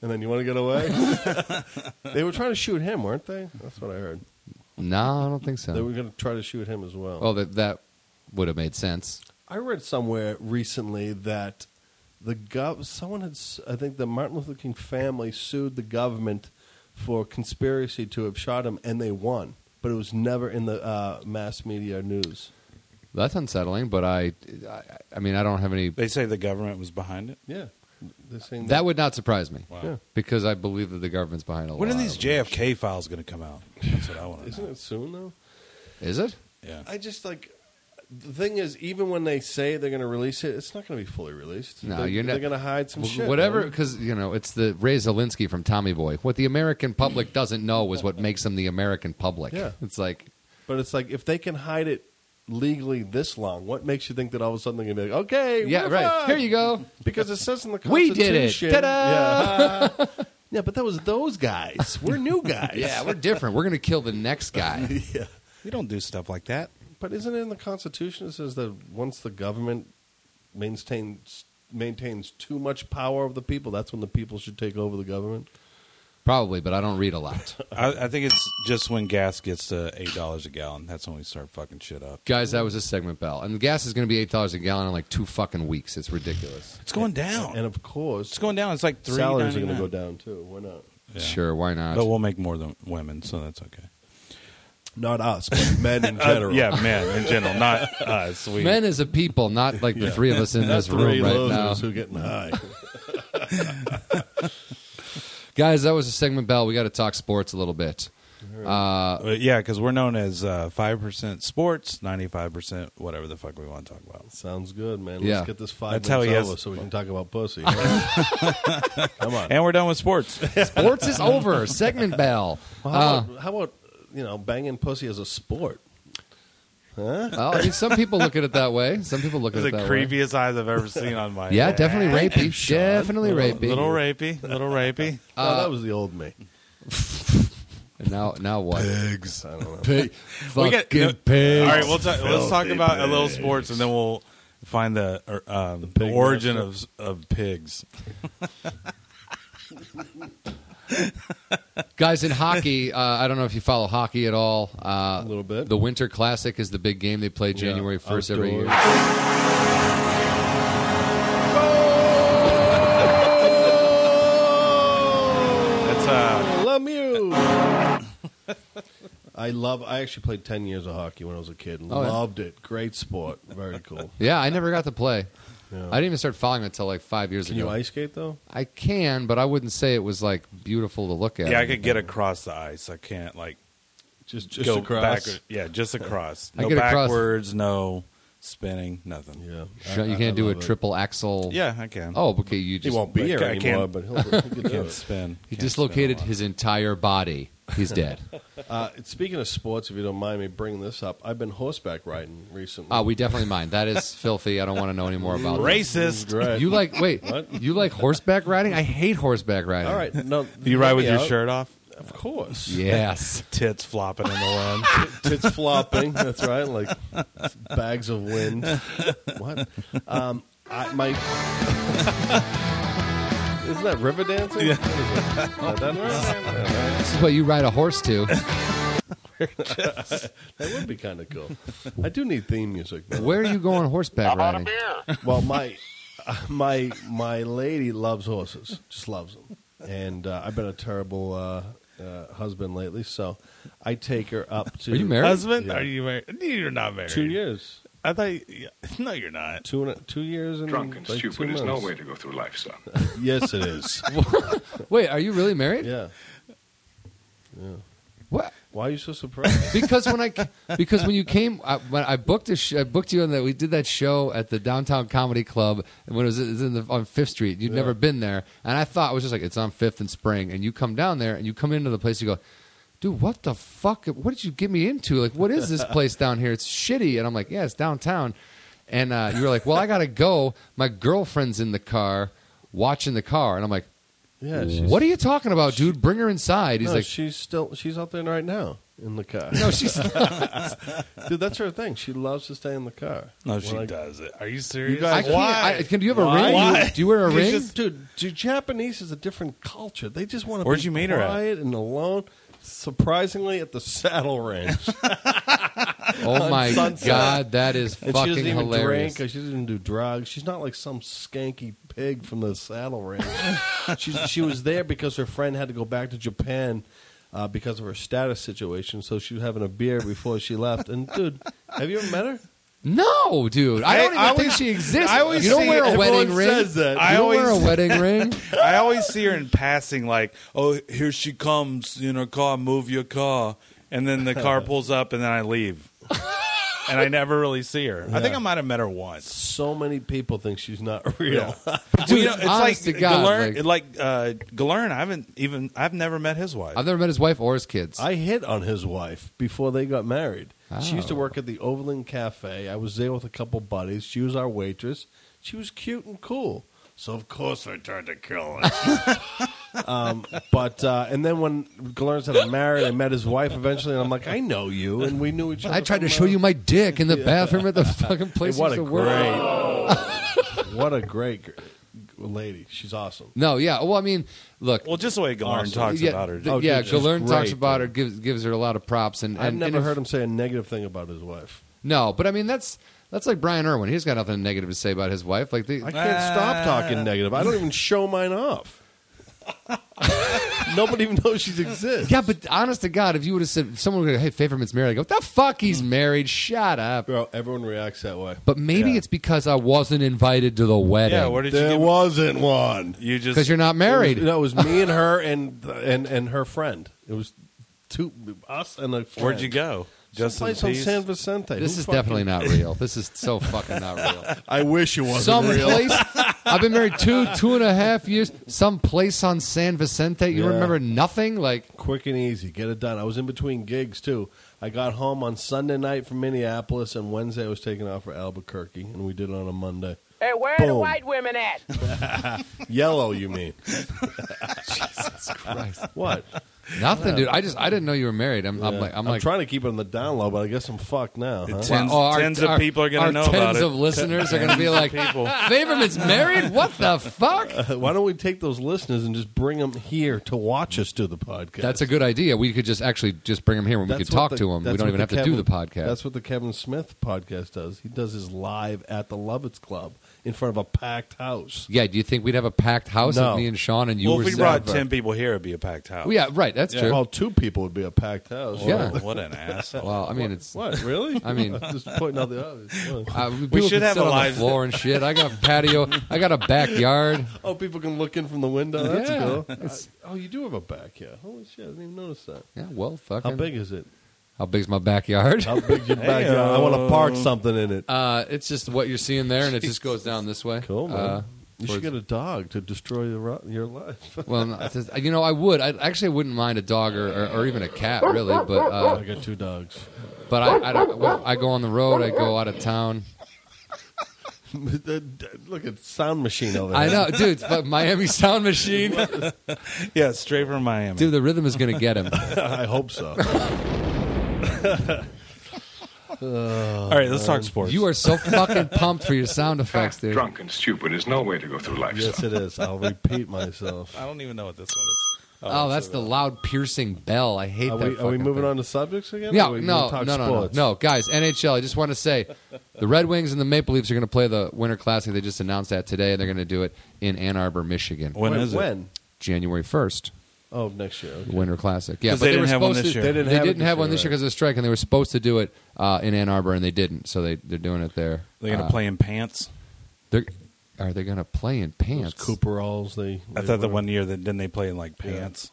S4: and then you want to get away? they were trying to shoot him, weren't they? That's what I heard.
S5: no, I don't think
S4: They were
S5: so.
S4: going to try to shoot him as well.
S5: Oh, that that would have made sense.
S4: I read somewhere recently that the gov someone had s- I think the Martin Luther King family sued the government for conspiracy to have shot him, and they won. But it was never in the uh, mass media news.
S5: That's unsettling, but I, I, I mean, I don't have any.
S6: They say the government was behind it.
S4: Yeah, they're saying
S5: That would not surprise me
S4: Yeah.
S5: because I believe that the government's behind a lot.
S6: When are these
S5: of it.
S6: JFK files going to come out? That's what I want to
S4: Isn't
S6: know.
S4: it soon though?
S5: Is it?
S6: Yeah.
S4: I just like the thing is, even when they say they're going to release it, it's not going to be fully released.
S5: No,
S4: They-
S5: you're not-
S4: They're going to hide some
S5: W-
S4: shit.
S5: Whatever,
S4: man.
S5: because you know it's the Ray Zelinsky from Tommy Boy. What the American public doesn't know is what makes them the American public.
S4: Yeah.
S5: It's like
S4: But it's like if they can hide it legally this long, what makes you think that all of a sudden they're going to be like, okay,
S5: yeah,
S4: we're
S5: right.
S4: fine.
S5: Here you go.
S4: Because it says in the
S5: We
S4: Constitution.
S5: did it.
S4: Yeah. yeah, but that was those guys. We're new guys.
S5: Yeah, we're different. We're gonna kill the next guy.
S4: yeah.
S6: We don't do stuff like that.
S4: But isn't it in the Constitution it says that once the government maintains maintains too much power of the people, that's when the people should take over the government?
S5: Probably, but I don't read a lot.
S6: I, I think it's just when gas gets to eight dollars a gallon. That's when we start fucking shit up.
S5: Guys, that was a segment bell, and the gas is gonna be eight dollars a gallon in like two fucking weeks. It's ridiculous.
S6: It's going down.
S4: And of course,
S6: it's going down. It's like three.
S4: salaries are going to go down too. Why not?
S5: Sure, why not?
S6: But we'll make more than women, so that's okay.
S4: Not us, but men in
S6: Uh,
S4: general.
S6: yeah, men in general, not us. We,
S5: Men as a people, not like the three of us in
S4: That's
S5: this
S4: three
S5: room right now.
S4: losers who getting high.
S5: Guys, that was a segment bell. We got to talk sports a little bit.
S6: Uh, yeah, because we're known as uh, five percent sports, ninety-five percent whatever the fuck we want to talk about.
S4: Sounds good, man.
S5: Yeah.
S4: Let's get this five
S6: That's how
S4: minutes
S6: he has-
S4: over so we can talk about pussy. Come on.
S6: And we're done with sports.
S5: Sports is over. Segment bell.
S4: Well, how,
S5: Uh,
S4: about, how about you know banging pussy as a sport?
S5: Well, I mean, some people look at it that way. Some people look at it
S6: the
S5: that way.
S6: creepiest eyes I've ever seen on my.
S5: Yeah, definitely rapey. Definitely rapey.
S6: Little rapey, little rapey.
S5: Uh,
S4: no, Oh, that was the old me.
S5: Now, now what?
S4: Pigs. I don't know.
S5: Pig.
S6: We
S5: Fucking
S6: get-
S5: pigs.
S6: All right, we'll talk, let's talk
S4: Filthy
S6: about a little sports, and then we'll find the, er, um, the,
S4: pig
S6: origin of of pigs.
S5: Guys, in hockey, uh, I don't know if you follow hockey at all. Uh,
S4: A little bit.
S5: The Winter Classic is the big game they play January 1st every year.
S4: outdoors.
S6: uh,
S4: I love. I actually played ten years of hockey when I was a kid and
S5: Oh, yeah.
S4: loved it. Great sport. Very cool.
S5: Yeah, I never got to play.
S4: Yeah.
S5: I didn't even start following it until like five years
S4: Can
S5: ago.
S4: you ice skate though?
S5: I can, but I wouldn't say it was like beautiful to look at.
S6: Yeah, I could get across the ice. I can't like
S4: Just just
S6: go
S4: across.
S6: backward. Yeah, just across.
S5: I
S6: No
S5: get across-
S6: backwards. No spinning. Nothing.
S4: Yeah.
S5: Sh- you can't do a triple axle.
S6: Yeah, I can.
S5: Oh, okay. You just
S6: won't
S4: Be
S6: But
S4: here
S6: I can't-
S4: anymore, but he'll, he'll get
S6: I
S4: to
S6: can't
S4: it.
S6: spin.
S5: He
S6: Can't
S5: dislocated
S6: spin a lot.
S5: his entire body. He's dead.
S4: Uh, speaking of sports, if you don't mind me bringing this up, I've been horseback riding recently.
S5: oh, we definitely mind. That is filthy. I don't want to know any more about it.
S6: racist.
S4: Right.
S5: You like wait?
S4: What?
S5: You like horseback riding? I hate horseback riding.
S4: All right. No,
S6: Do you ride
S4: hear
S6: with
S4: me
S6: your
S4: out.
S6: shirt off?
S4: Of course.
S5: Yes.
S6: Tits flopping in the wind.
S4: Tits flopping. That's right. Like bags of wind. What? Um, I, my. Isn't that river dancing? Yeah. that,
S5: This is what you ride a horse to.
S4: that would be kind of cool. I do need theme music. though.
S5: Where are you going horseback riding?
S4: Well, my my my lady loves horses, just loves them, and uh, I've been a terrible uh, uh, husband lately. So I take her up to.
S5: Are you married?
S6: Husband,
S4: Yeah.
S6: are you married? You're not married.
S4: Two years.
S6: I thought. You, yeah. No, you're not.
S4: Two and a- two years and
S7: Drunk and
S4: like
S7: stupid
S4: two
S7: is no
S4: months.
S7: way to go through life, son.
S4: Yes, it is.
S5: Wait, are you really married?
S4: yeah.
S5: What?
S4: Why are you so surprised?
S5: Because when I because when you came, I, when I booked a sh- I booked you on that. We did that show at the downtown comedy club and when it was, it was in the, on Fifth Street. You'd never been there, and I thought it was just like it's on Fifth and Spring. And you come down there and you come into the place. You go, dude, what the fuck? What did you get me into? Like, what is this place down here? It's shitty. And I'm like, yeah, it's downtown. And uh, you were like, well, I gotta go. My girlfriend's in the car watching the car, and I'm like,
S4: Yeah. She's,
S5: what are you talking about, dude? Bring her inside. He's
S4: no,
S5: like.
S4: she's still she's out there right now in the car.
S5: no, she's
S4: Dude, that's her thing. She loves to stay in the car.
S6: No,
S4: When
S6: she
S4: I-
S6: does it. Are you serious?
S4: guys-
S5: I can't.
S6: Why?
S5: I, can do you have a
S6: Why?
S5: ring?
S6: Why?
S5: Do you wear a
S4: It's
S5: ring?
S4: just- dude, the Japanese is a different culture. They just want to
S6: Where'd
S4: be
S6: you meet her at?
S4: quiet and alone. Surprisingly, at the saddle ranch.
S5: oh my
S4: Sunset.
S5: god, that is
S4: And she
S5: fucking
S4: doesn't even
S5: hilarious.
S4: drink. Or she doesn't even do drugs. She's not like some skanky pig from the saddle ranch. she, she was there because her friend had to go back to Japan uh, because of her status situation. So she was having a beer before she left. And dude, have you ever met her?
S5: No, dude, I don't
S6: I-
S5: even
S6: I always-
S5: think she exists.
S6: I always
S5: you don't
S6: see
S5: wear a
S4: everyone
S5: wedding ring.
S4: says that.
S5: You
S6: I
S5: don't wear a
S6: always-
S5: wedding ring.
S6: I always see her in passing, like, oh, here she comes in her car, move your car. And then the car pulls up, and then I leave. and I never really see her. I think I might have met her once.
S4: So many people think she's not real.
S6: Well, you
S5: Dude,
S6: know, it's like
S5: honest to God,
S6: Galern, like, uh, Galern, I haven't even, I've never met his wife.
S5: I've never met his wife or his kids.
S4: I hit on his wife before they got married. She used to
S5: Oh.
S4: work at the Overland Cafe. I was there with a couple buddies. She was our waitress. She was cute and cool. So of course I tried to kill her. um, but uh, and then when Glenn's had married, I met his wife eventually, and I'm like, I know you, and we knew each other.
S5: I tried to
S4: from,
S5: show
S4: uh,
S5: you my dick in the bathroom at the fucking
S4: Hey,
S5: place.
S4: what
S5: I
S4: a
S5: used to work.
S4: great, what a great gr- lady. She's awesome.
S5: No, yeah. Well, I mean, look.
S6: well, just the way Galern
S4: Awesome.
S6: talks
S5: yeah,
S6: about her.
S5: th-
S4: Oh,
S5: yeah,
S4: dude, she's
S5: Galern talks
S4: great,
S5: about her,
S4: dude.
S5: gives gives her a lot of props, and, and
S4: I've never
S5: and if-
S4: heard him say a negative thing about his wife.
S5: No, but I mean, that's that's like Brian Irwin. He's got nothing negative to say about his wife. Like, they,
S4: I can't stop
S6: Uh.
S4: talking negative. I don't even show mine off. Nobody even knows she exists.
S5: Yeah, but honest to God, if you would have said, if someone would have, hey, Favorman's married, I go, the fuck,
S4: Mm.
S5: he's married, shut up.
S4: Bro, everyone reacts that way.
S5: But maybe
S6: Yeah.
S5: it's because I wasn't invited to the wedding.
S6: yeah, where did you
S4: There
S6: get
S4: wasn't one.
S6: You just.
S5: Because you're not married.
S4: It was, no, it was me and her and and and her friend. It was two us and a friend.
S6: Where'd you go? Just in
S4: Someplace on
S6: peace?
S4: San Vicente.
S5: this
S4: Who
S5: is
S4: fucking-
S5: definitely not real. This is so fucking not real.
S4: I wish it wasn't
S5: Some
S4: real.
S5: place. I've been married two, two and a half years. Some place on San Vicente. You
S4: Yeah.
S5: remember nothing? Like,
S4: Quick and easy, get it done. I was in between gigs too. I got home on Sunday night from Minneapolis, and Wednesday I was taking off for Albuquerque, and we did it on a Monday.
S8: Hey, where
S4: Boom.
S8: the white women at?
S4: Yellow, you mean?
S5: Christ,
S4: What?
S5: nothing, dude. I just, I didn't know you were married. I'm, I'm
S4: Yeah.
S5: like, I'm, like,
S4: trying to keep it on the down low, but I guess I'm fucked now. huh?
S6: Tens- tens of people are gonna
S5: our
S6: know
S5: tens
S6: about it.
S5: of listeners are going to be like,
S6: people.
S5: Favorman's married? What the fuck?
S4: Why don't we take those listeners and just bring them here to watch us do the podcast?
S5: That's a good idea. We could just actually just bring him here when we
S4: That's
S5: could
S4: what
S5: talk
S4: the-
S5: to him. We
S4: that's
S5: don't
S4: what
S5: even have to do
S4: Kevin-
S5: the podcast.
S4: That's what the Kevin Smith podcast does. He does his live at the Lovitz Club in front of a packed house.
S5: yeah, do you think we'd have a packed house
S4: No.
S5: if me and Sean and you
S6: well,
S5: were
S6: if we
S5: sat-
S6: brought 10 people here, it'd be a packed house.
S5: Well, yeah, right. That's
S6: Yeah.
S5: true.
S4: Well, two people would be a packed house.
S5: Yeah.
S6: Oh, what an asshole.
S5: Well, I mean, it's uh,
S4: What really?
S5: I mean-
S4: just pointing out the obvious.
S5: I,
S6: should have a
S5: on
S6: live-
S5: the floor and shit. I got a patio. I got a backyard.
S4: Oh, people can look in from the window. That's
S5: Yeah,
S4: cool.
S5: it's-
S4: I- oh, you do have a back here. Holy shit! I didn't even notice that.
S5: Yeah, well, fucking.
S4: How big is it?
S5: How big's my backyard?
S4: How big's your backyard? I want to park something in it.
S5: Uh, it's just what you're seeing there, and it just goes down this way.
S4: Cool, Oh, man.
S5: Uh,
S4: you should get a dog to destroy your, ro- your life.
S5: well, no, it's just- you know, I would. I actually wouldn't mind a dog or, or, or even a cat, really. But uh,
S4: I got two dogs.
S5: but I I, don't, well, I go on the road. I go out of town.
S4: Look at sound machine over there.
S5: I know, dude. But Miami Sound Machine,
S6: Yeah, straight from Miami.
S5: dude. The rhythm is gonna get him.
S4: I hope so.
S6: All right, let's talk sports.
S5: You are so fucking pumped for your sound effects, dude.
S7: Drunk and stupid is no way to go through life. son.
S4: yes, it is. I'll repeat myself.
S6: I don't even know what this one is.
S5: Oh, that's the loud, piercing bell. I hate
S4: Are
S5: that.
S4: we, are we
S5: fucking
S4: moving
S5: thing.
S4: on to subjects again?
S5: Yeah,
S4: Or we gonna
S5: no, no,
S4: talk
S5: no, no,
S4: sports?
S5: no, guys. NHL. I just want to say, the Red Wings and the Maple Leafs are going to play the Winter Classic. They just announced that today, and they're going to do it in Ann Arbor, Michigan,
S6: When is it?
S4: When?
S5: January first.
S4: Oh, next year.
S5: The Winter Classic. Yeah,
S6: 'Cause
S5: but
S6: they didn't
S5: were
S6: have one
S5: supposed
S6: this
S5: to-
S6: year. They
S4: didn't
S5: they
S4: have it
S5: didn't
S4: this
S5: have one
S4: year,
S5: this year
S4: right.
S5: because of the strike, and they were supposed to do it uh, in Ann Arbor, and they didn't. So they they're doing it there.
S6: They're gonna
S5: Uh,
S6: play in pants.
S5: They're, are they going to play in
S4: Those
S5: pants?
S4: Cooper Alls. They, they
S6: I thought the
S4: were-
S6: one year that didn't they play in like pants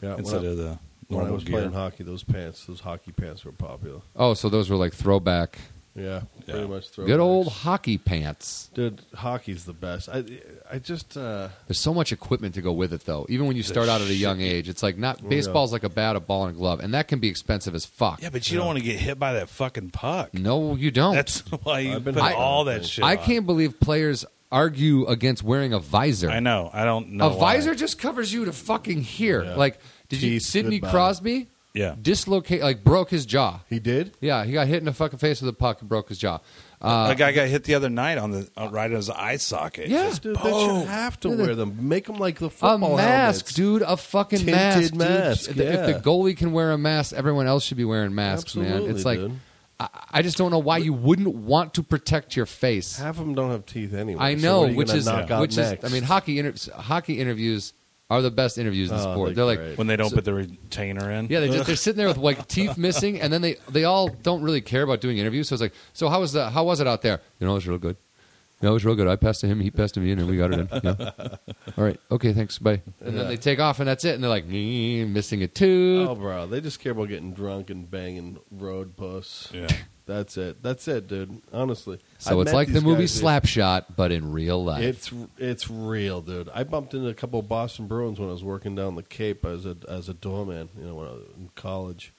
S4: Yeah, when,
S6: instead
S4: I,
S6: of the
S4: when I
S6: normal
S4: was
S6: gear.
S4: playing hockey, those pants, those hockey pants were popular.
S5: Oh, so those were like throwback,
S4: Yeah,
S6: Yeah.
S4: pretty much.
S5: good old
S4: throwbacks.
S5: hockey pants.
S4: dude. Hockey's the best. I, I just. Uh,
S5: There's so much equipment to go with it, though. Even when you start out at a young age, it's like not
S4: yeah.
S5: baseball's like a bat, a ball, and a glove, and that can be expensive as fuck.
S6: Yeah, but you don't want to get hit by that fucking puck.
S5: no, you don't.
S6: That's why you
S4: I've been
S6: put
S5: I-
S6: all that shit.
S5: I
S6: on.
S5: can't believe players argue against wearing a visor.
S6: I know. I don't know.
S5: a
S6: why.
S5: visor just covers you to fucking here.
S4: Yeah.
S5: Like, did you
S4: Teeth,
S5: Sidney
S4: goodbye.
S5: Crosby?
S6: Yeah.
S5: dislocate like broke his jaw.
S4: he did.
S5: Yeah, he got hit in the fucking face with a puck and broke his jaw. Uh,
S6: a guy got hit the other night on the on right on his eye socket.
S5: Yeah.
S6: Just-
S4: Dude, they
S5: Oh.
S4: should have to
S5: Dude,
S4: wear
S5: the-
S4: them. Make them like the
S5: a
S4: football helmets.
S5: mask, dude. A fucking
S4: Tinted
S5: mask. dude.
S4: mask,
S5: If the-
S4: yeah.
S5: If the goalie can wear a mask, everyone else should be wearing masks, man.
S4: Absolutely,
S5: It's like
S4: dude.
S5: I, I just don't know why you wouldn't want to protect your face.
S4: Half of them don't have teeth anyway.
S5: I
S4: so
S5: know,
S4: what are you
S5: which
S4: gonna
S5: is
S4: knock out
S5: which
S4: next?
S5: is. I mean, hockey inter- hockey interviews are the best interviews in
S4: Oh,
S5: sport.
S4: they're
S5: They're, like.
S4: great.
S6: When they don't put the retainer in.
S5: Yeah, they just, they're sitting there with like teeth missing, and then they they all don't really care about doing interviews. So it's like, so how was the how was it out there? You know, it was real good. No, it was real good. I passed to him, he passed to me, and then we got it in. Yeah. All right, okay, thanks, bye. And then they take off, and that's it. And they're like, "Mm, missing a tooth.
S4: oh, bro, they just care about getting drunk and banging road puss.
S6: Yeah.
S4: That's it. That's it, dude. Honestly.
S5: so
S4: I
S5: it's
S4: met
S5: like the
S4: these
S5: movie
S4: guys, dude.
S5: Slapshot, but in real life.
S4: It's it's real, dude. I bumped into a couple of Boston Bruins when I was working down the Cape as a as a doorman, you know, when I was in college,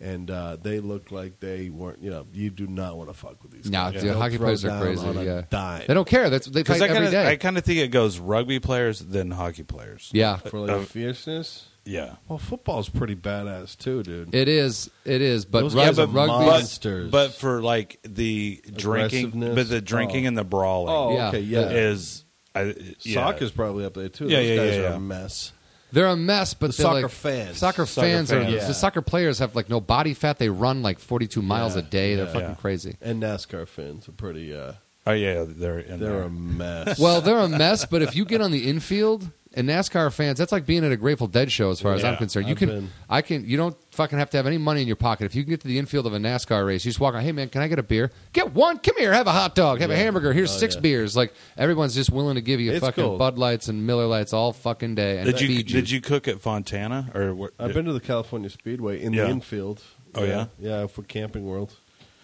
S4: and uh, they looked like they weren't. You know, you do not want to fuck with these.
S5: no,
S4: guys.
S5: dude,
S4: They'll
S5: hockey
S4: throw
S5: players are
S4: down
S5: crazy.
S4: on a
S5: yeah.
S4: dime.
S5: They don't care. That's they
S6: Because
S5: fight
S6: I
S5: every
S6: kind of
S5: day.
S6: I kind of think it goes rugby players then hockey players.
S5: yeah,
S4: for like
S6: um,
S4: fierceness.
S6: Yeah.
S4: Well, football's pretty badass too, dude.
S5: it is. It is. But,
S4: Those
S5: rug-
S4: guys are
S5: rugby,
S4: monsters.
S6: But for like the drinking,
S4: Aggressiveness?
S6: but the drinking
S4: Oh.
S6: and the brawling
S4: oh,
S5: yeah.
S4: okay, yeah.
S6: is I, yeah.
S4: Soccer's probably up there too.
S6: Yeah,
S4: Those
S6: yeah,
S4: guys
S6: yeah,
S4: are
S6: yeah.
S4: a mess.
S5: They're a mess, but
S4: The
S5: they're
S4: soccer
S5: like-
S4: fans.
S5: Soccer
S6: Soccer
S5: fans are.
S6: fans.
S5: The soccer players have like no body fat. They run like forty-two miles
S4: Yeah.
S5: a day. They're
S4: Yeah.
S5: fucking
S6: Yeah.
S5: crazy.
S4: And NASCAR fans are pretty. Uh,
S6: Oh yeah, they're in
S4: they're
S6: there.
S4: a mess.
S5: Well, they're a mess, but if you get on the infield and NASCAR fans, that's like being at a Grateful Dead show. As far as I'm
S6: Yeah,
S5: concerned, you
S4: I've
S5: can,
S4: been-
S5: I can, you don't fucking have to have any money in your pocket. If you can get to the infield of a NASCAR race, you just walk on. Hey man, can I get a beer? Get one. Come here. Have a hot dog. Have a
S4: Yeah.
S5: hamburger. Here's
S4: Oh,
S5: six
S4: yeah.
S5: beers. Like everyone's just willing to give you
S4: It's
S5: fucking
S4: cool.
S5: Bud Lights and Miller Lights all fucking day. And
S6: Did you,
S5: feed you.
S6: did you cook at Fontana or what?
S4: I've been to the California Speedway in
S6: Yeah.
S4: the infield.
S6: Oh,
S4: yeah, for Camping World.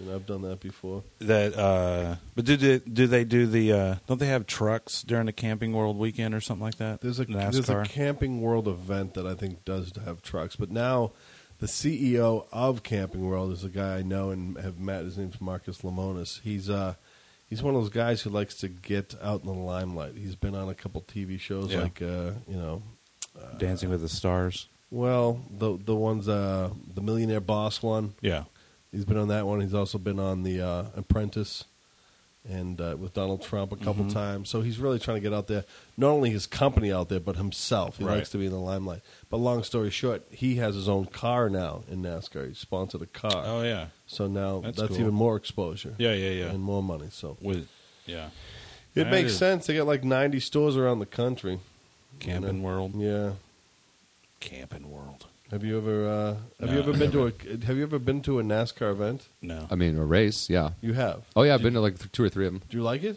S4: You know, I've done that before.
S6: that uh but do they, do they do the uh don't they have trucks during the camping world weekend or something like that
S4: There's a
S6: NASCAR
S4: there's a Camping World event that I think does have trucks, but now the CEO of Camping World is a guy I know and have met. His name's Marcus Lemonis. He's uh he's one of those guys who likes to get out in the limelight. He's been on a couple TV shows
S6: Yeah.
S4: like uh, you know,
S6: Dancing with the Stars
S4: well the the ones uh the Millionaire Boss one.
S6: yeah
S4: He's been on that one. He's also been on the uh, Apprentice and uh, with Donald Trump a couple
S6: Mm-hmm.
S4: times. So he's really trying to get out there, not only his company out there, but himself. He
S6: Right.
S4: likes to be in the limelight. But long story short, he has his own car now in NASCAR. He sponsored a car.
S6: oh yeah
S4: So now
S6: That's
S4: that's,
S6: cool.
S4: even more exposure.
S6: Yeah, yeah, yeah.
S4: And more money. So
S6: with yeah
S4: it
S6: That
S4: makes
S6: is-
S4: sense. They got like 90 stores around the country.
S6: camping world
S4: Yeah.
S6: camping world
S4: Have you ever uh, have you ever been to a have you ever been to a NASCAR event?
S6: No.
S5: I mean, a race, yeah.
S4: You have.
S5: Oh yeah, I've been to like th- two or three of them.
S4: Do you like it?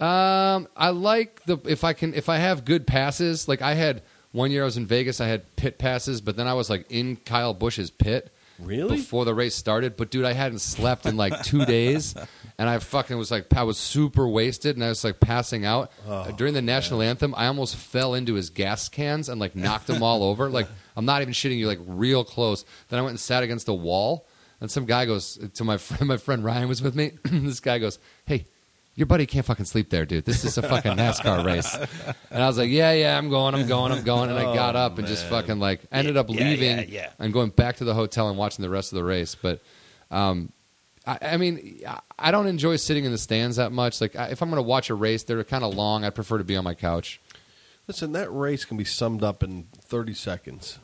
S5: Um, I like the if I can if I have good passes. Like I had one year I was in Vegas, I had pit passes, but then I was like in Kyle Bush's pit
S4: Really?
S5: before the race started. But dude, I hadn't slept in like two days, and I fucking was like I was super wasted, and I was like passing out during the national anthem. I almost fell into his gas cans and like knocked them all over. Like I'm not even shitting you, like real close. Then I went and sat against a wall, and some guy goes to my friend. My friend Ryan was with me. this guy goes, "Hey." Your buddy can't fucking sleep there, dude. This is a fucking NASCAR race. And I was like, yeah, yeah, I'm going, I'm going, I'm going. And I got up and just fucking like ended up leaving and going back to the hotel and watching the rest of the race. But um, I, I mean, I- I don't enjoy sitting in the stands that much. Like, I, if I'm going to watch a race, they're kind of long. I prefer to be on my couch.
S4: Listen, that race can be summed up in 30 seconds.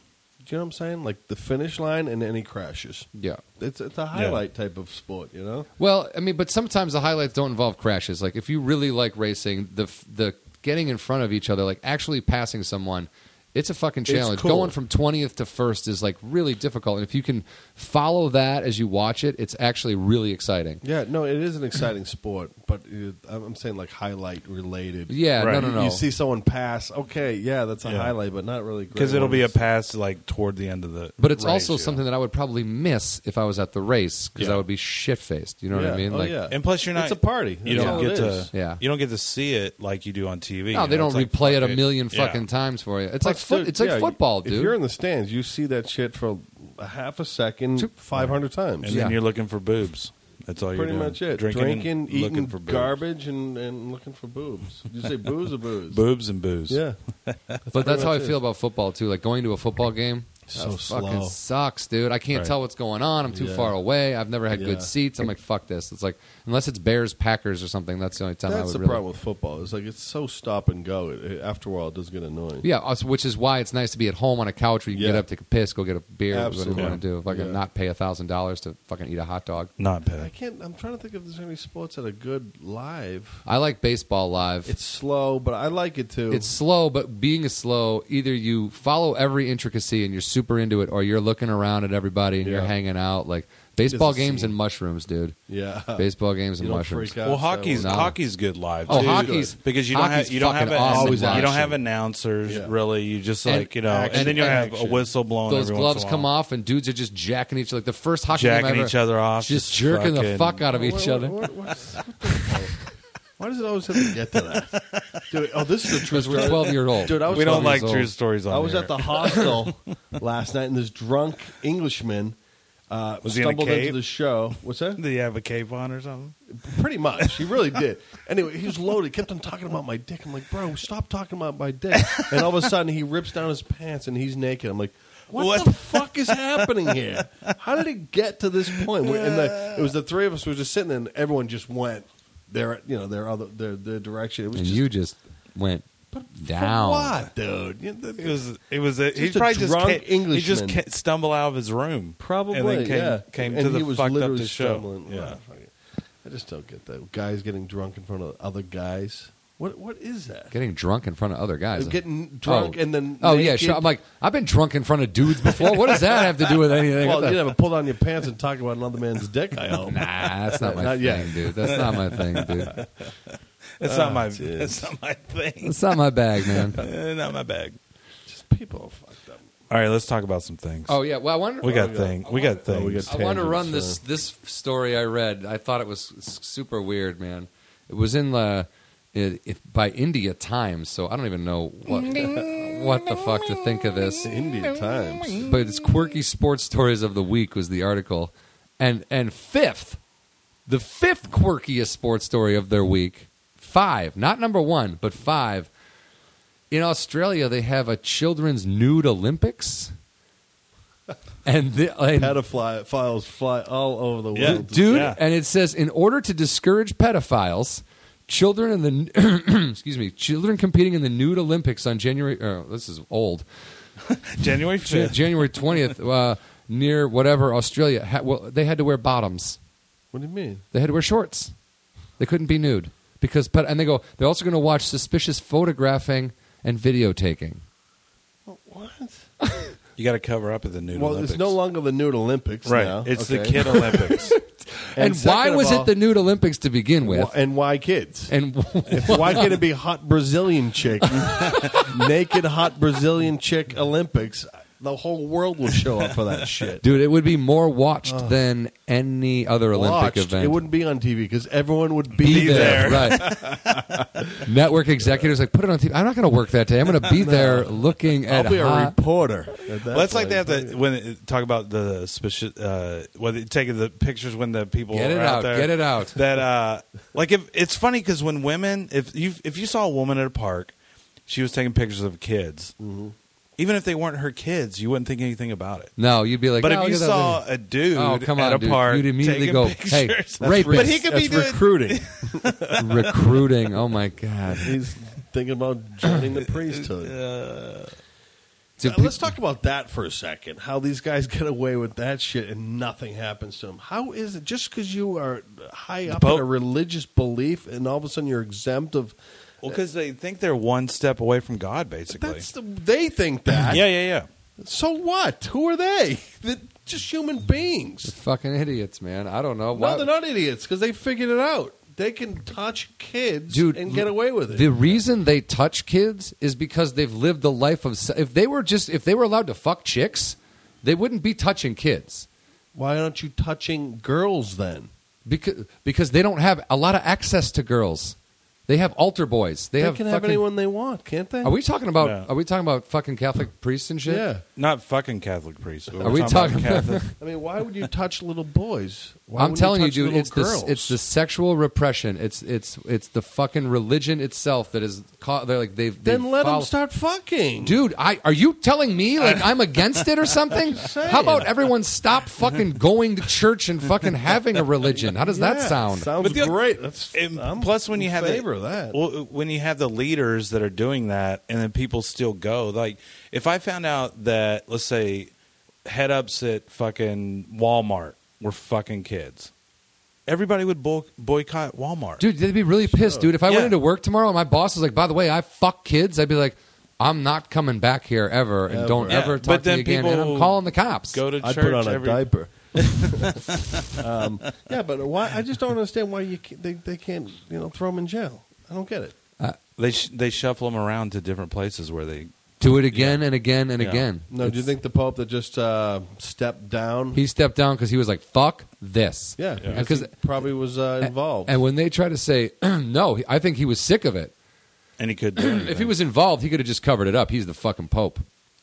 S4: Do you know what I'm saying? Like the finish line and any crashes.
S5: Yeah.
S4: It's it's a highlight type of sport, you know?
S5: Well, I mean, but sometimes the highlights don't involve crashes. Like, if you really like racing, the f- the getting in front of each other, like actually passing someone, it's a fucking challenge.
S4: cool.
S5: Going from twentieth to first is like really difficult. And if you can follow that as you watch it, it's actually really exciting.
S4: Yeah, no, it is an exciting sport, but it, I'm I'm saying like highlight related.
S5: Yeah,
S6: Right.
S5: no, no, no.
S4: You see someone pass, okay, yeah, that's a
S6: Yeah.
S4: highlight, but not really great
S6: Because it'll be a
S4: moments.
S6: pass like toward the end of the.
S5: But it's
S6: race,
S5: also
S6: yeah.
S5: something that I would probably miss if I was at the race because I would be shit faced. You know
S4: yeah.
S5: what I mean?
S4: Oh,
S5: like,
S4: yeah.
S6: And plus, you're not.
S4: It's a party.
S6: You
S4: That's
S6: don't
S4: all
S6: get
S4: it
S6: to.
S4: is.
S5: Yeah.
S6: You don't get to see it like you do on TV.
S5: No,
S6: you
S5: they
S6: know,
S5: don't
S6: it's like,
S5: replay it a
S6: fuck
S5: million
S6: Yeah.
S5: fucking times for you. It's like
S4: Plus,
S5: foot,
S4: dude,
S5: it's like
S4: yeah,
S5: football,
S4: If you're
S5: dude.
S4: in the stands, you see that shit for a half a second,
S5: Two-
S4: 500 times.
S6: And
S5: Yeah.
S6: then you're looking for boobs. That's all you're
S4: Pretty
S6: doing.
S4: much it.
S6: Drinking, and
S4: eating
S6: looking for boobs.
S4: garbage, and, and looking for boobs. Did you say booze or booze?
S6: boobs and booze.
S4: Yeah.
S5: but that's how I
S4: much
S5: feel
S4: it.
S5: about football too. Like going to a football game,
S4: So
S5: that fucking
S4: slow.
S5: sucks, dude. I can't
S6: Right.
S5: tell what's going on. I'm too
S4: Yeah.
S5: far away. I've never had
S4: Yeah.
S5: good seats. I'm like, fuck this. It's like unless it's Bears Packers or something. That's the only time I
S4: That's
S5: would
S4: the
S5: really.
S4: problem with football. It's like it's so stop and go. It, it- after a while, it does get annoying.
S5: Yeah, us- which is why it's nice to be at home on a couch where you can get
S4: Yeah.
S5: up, take a piss, go get a beer,
S4: Absolutely.
S5: whatever you want to do. Fucking
S4: Yeah.
S5: not pay a thousand dollars to fucking eat a hot dog.
S6: Not
S4: I
S6: bad.
S4: can't. I'm trying to think if there's any sports that are good live.
S5: I like baseball live.
S4: It's slow, but I like it too.
S5: It's slow, but being slow, either you follow every intricacy and you're super into it, or you're looking around at everybody and you're
S4: Yeah.
S5: hanging out. Like baseball
S4: It's a
S5: games
S4: scene.
S5: and mushrooms, dude.
S4: yeah.
S5: Baseball games
S4: You
S5: and
S4: don't
S5: mushrooms.
S4: freak out.
S6: Well, hockey's
S5: No.
S6: hockey's good live.
S5: Oh,
S6: too.
S5: hockey's-
S6: because you don't
S5: hockey's
S6: have you don't have
S5: fucking
S6: a-
S5: awesome
S4: Always
S6: you
S4: action.
S6: don't have announcers
S4: Yeah.
S6: really. You just
S5: And-
S6: like you know,
S4: Action,
S6: and then you have
S4: action.
S6: a whistle blowing.
S5: Those
S6: every
S5: gloves
S6: once in a
S5: come
S6: while.
S5: off, and dudes are just jacking each like the first hockey game I
S6: Jacking
S5: ever-
S6: each other off,
S5: just,
S6: just
S5: jerking the
S6: fucking-
S5: fuck out of
S4: Why-
S5: each
S4: why-
S5: other.
S4: why- what's- what the hell? Why does it always have to get to that? Dude, oh, this is a true
S5: Because we're
S4: story.
S5: twelve year old.
S4: Dude, I was
S6: We don't
S4: talking-
S6: like
S5: years
S6: true
S5: old.
S6: stories. On
S4: I was
S6: here.
S4: at the hostel last night, and this drunk Englishman uh,
S6: Was he in a
S4: stumbled into
S6: cave?
S4: the show. What's that?
S6: Do you have a cape on or something?
S4: Pretty much, he really did. Anyway, he was loaded. Kept on talking about my dick. I'm like, bro, stop talking about my dick. And all of a sudden, he rips down his pants and he's naked. I'm like, what,
S6: What
S4: the fuck is happening here? How did it get to this point? We- And the, it was the three of us who were just sitting there, and everyone just went their, you know, their other their, their direction. It was
S5: and
S4: just
S5: you just went down.
S4: For what, dude? You- th-
S6: It was. It was. A, he
S4: Just a
S6: probably just
S4: drunk
S6: can't, he just
S4: Englishman.
S6: can't stumble out of his room.
S4: Probably,
S6: and then came,
S4: yeah.
S6: came
S4: And
S6: to the
S4: he was
S6: fucked up
S4: literally
S6: the show.
S4: stumbling.
S6: Yeah.
S4: Ah, fuck it. I just don't get that. Guys getting drunk in front of other guys. What what is that?
S5: Getting drunk in front of other guys.
S4: Getting drunk
S5: Oh.
S4: and then
S5: oh yeah,
S4: naked.
S5: sure. I'm like I've been drunk in front of dudes before. What does that have to do with anything? What
S4: well, you
S5: the-
S4: never pull down your pants and talk about another man's dick. I hope.
S5: Nah, that's not my
S4: Not
S5: thing,
S4: yet.
S5: dude. That's not my thing, dude.
S6: It's not my. Ah, It's not my thing.
S5: That's not my bag, man.
S6: Eh, not my bag.
S4: Just people are fucked up.
S6: All right, let's talk about some things.
S5: Oh yeah. Well, I wonder.
S6: we got things. We got
S4: Oh,
S6: things.
S4: we got
S5: I want
S4: tangents,
S5: to run this this story I read. I thought it was s- super weird, man. It was in the it, it, by India Times, so I don't even know what what the fuck to think of this.
S4: India Times.
S5: But it's quirky sports stories of the week was the article, and and fifth, the fifth quirkiest sports story of their week, five, not number one, but five. In Australia, they have a children's nude Olympics, and, the, and
S4: Pedophiles files fly all over the
S6: Yeah.
S4: world.
S5: dude.
S6: Yeah.
S5: And it says, in order to discourage pedophiles, children in the excuse me, children competing in the nude Olympics on January. Oh, this is old.
S6: January
S5: Ja-
S6: fifth.
S5: January twentieth, uh, near whatever Australia. Ha- well, they had to wear bottoms.
S4: What do you mean?
S5: They had to wear shorts. They couldn't be nude because. But and they go. They're also going to watch suspicious photographing and video taking.
S4: What?
S6: You got to cover up at the nude
S4: well,
S6: Olympics.
S4: it's no longer the nude Olympics
S6: right.
S4: now.
S6: It's the
S4: Okay.
S6: kid Olympics.
S5: And, why
S4: second of
S5: was
S4: all-
S5: it the nude Olympics to begin with?
S4: Wh- and why kids?
S5: and
S4: why can't it be hot Brazilian chick, naked hot Brazilian chick Olympics? The whole world will show up for that shit.
S5: dude, it would be more watched than any other Olympic
S4: Watched.
S5: event.
S4: It wouldn't be on TV because everyone would be,
S5: be,
S4: there.
S5: there, right? Network executives like put it on TV. I'm not going to work that day. I'm going to be there looking at
S4: I'll be a
S5: hot-
S4: reporter. at that
S6: Well, that's like they
S4: point.
S6: have to when it, talk about the speci- uh, when they taking the pictures when the people
S5: Get
S6: are
S5: it
S6: out,
S5: out,
S6: there.
S5: get it out.
S6: That uh, like if it's funny because when women, if you if you saw a woman at a park, she was taking pictures of kids.
S5: Mm-hmm.
S6: Even if they weren't her kids, you wouldn't think anything about it.
S5: No, you'd be like,
S6: But
S5: "Oh,
S6: if you
S5: look at that
S6: saw
S5: lady."
S6: a dude
S5: Oh, come
S6: at
S5: on,
S6: a
S5: dude.
S6: park,
S5: You'd immediately
S6: taking
S5: go,
S6: pictures,
S5: "Hey, rapist."
S6: but he could
S4: That's
S6: be doing
S4: recruiting.
S5: recruiting. Oh my god,
S4: He's thinking about joining the priesthood.
S5: Dude,
S4: Now, let's talk about that for a second. How these guys get away with that shit and nothing happens to them. How is it just because you are high up
S6: Pope-
S4: in a religious belief and all of a sudden you're exempt of?
S6: well because they think they're one step away from God, basically.
S4: That's the, they think that.
S6: yeah, yeah, yeah.
S4: So what? Who are they? They're just human beings.
S5: fucking idiots, man. I don't know.
S4: No, they're not idiots because they figured it out. They can touch kids
S5: Dude,
S4: and get away with it.
S5: The reason they touch kids is because they've lived the life of. se- If they were just, if they were allowed to fuck chicks, they wouldn't be touching kids
S4: Why aren't you touching girls then?
S5: because because they don't have a lot of access to girls. They have altar boys. They,
S4: They,
S5: have
S4: can
S5: fucking,
S4: have anyone they want, can't they?
S5: Are we talking about?
S6: No.
S5: Are we talking about fucking Catholic priests and shit?
S4: Yeah.
S6: Not fucking Catholic priests. We're
S5: Are we talking
S6: about
S5: about-
S6: Catholic?
S4: I mean, why would you touch little boys? Why
S5: I'm
S4: wouldn't
S5: telling you,
S4: touch
S5: dude,
S4: little
S5: it's the, it's the sexual repression. It's it's it's the fucking religion itself that is caught. They're like they've
S4: Then
S5: they've
S4: let
S5: follow-
S4: them start fucking.
S5: Dude, I are you telling me like I'm against it or something? How about everyone stop fucking going to church and fucking having a religion? How does that
S4: Yeah,
S5: sound?
S4: Sounds
S6: But the-
S4: great. That's,
S6: And
S4: I'm
S6: plus, when you
S4: in
S6: have
S4: favor
S6: the,
S4: of that.
S6: well, when you have the leaders that are doing that, and then people still go. Like, if I found out that, let's say, head ups at fucking Walmart were fucking kids, everybody would boy- boycott Walmart.
S5: Dude, they'd be really pissed, dude. If I went
S6: Yeah.
S5: into work tomorrow and my boss was like, "By the way, I fuck kids," I'd be like, "I'm not coming back here ever, and don't
S6: Ever.
S5: ever
S6: Yeah,
S5: talk
S6: but
S5: to me
S6: then
S5: again." And I'm
S6: people
S5: calling the cops.
S6: go to
S4: I
S6: church.
S4: put on a
S6: every,
S4: diaper. um, yeah, but why? I just don't understand why you ca- they they can't you know throw them in jail. I don't get it.
S6: They sh- they shuffle them around to different places where they.
S5: Do it again and again and
S6: Yeah.
S5: again.
S4: No, do you think the Pope that just uh, stepped down?
S5: He stepped down because he was like, "Fuck this."
S4: yeah, because
S5: because
S4: he probably was uh, involved.
S5: and when they try to say no, he- I think he was sick of it.
S6: And he could. Do
S5: If he was involved, he could have just covered it up. He's the fucking pope.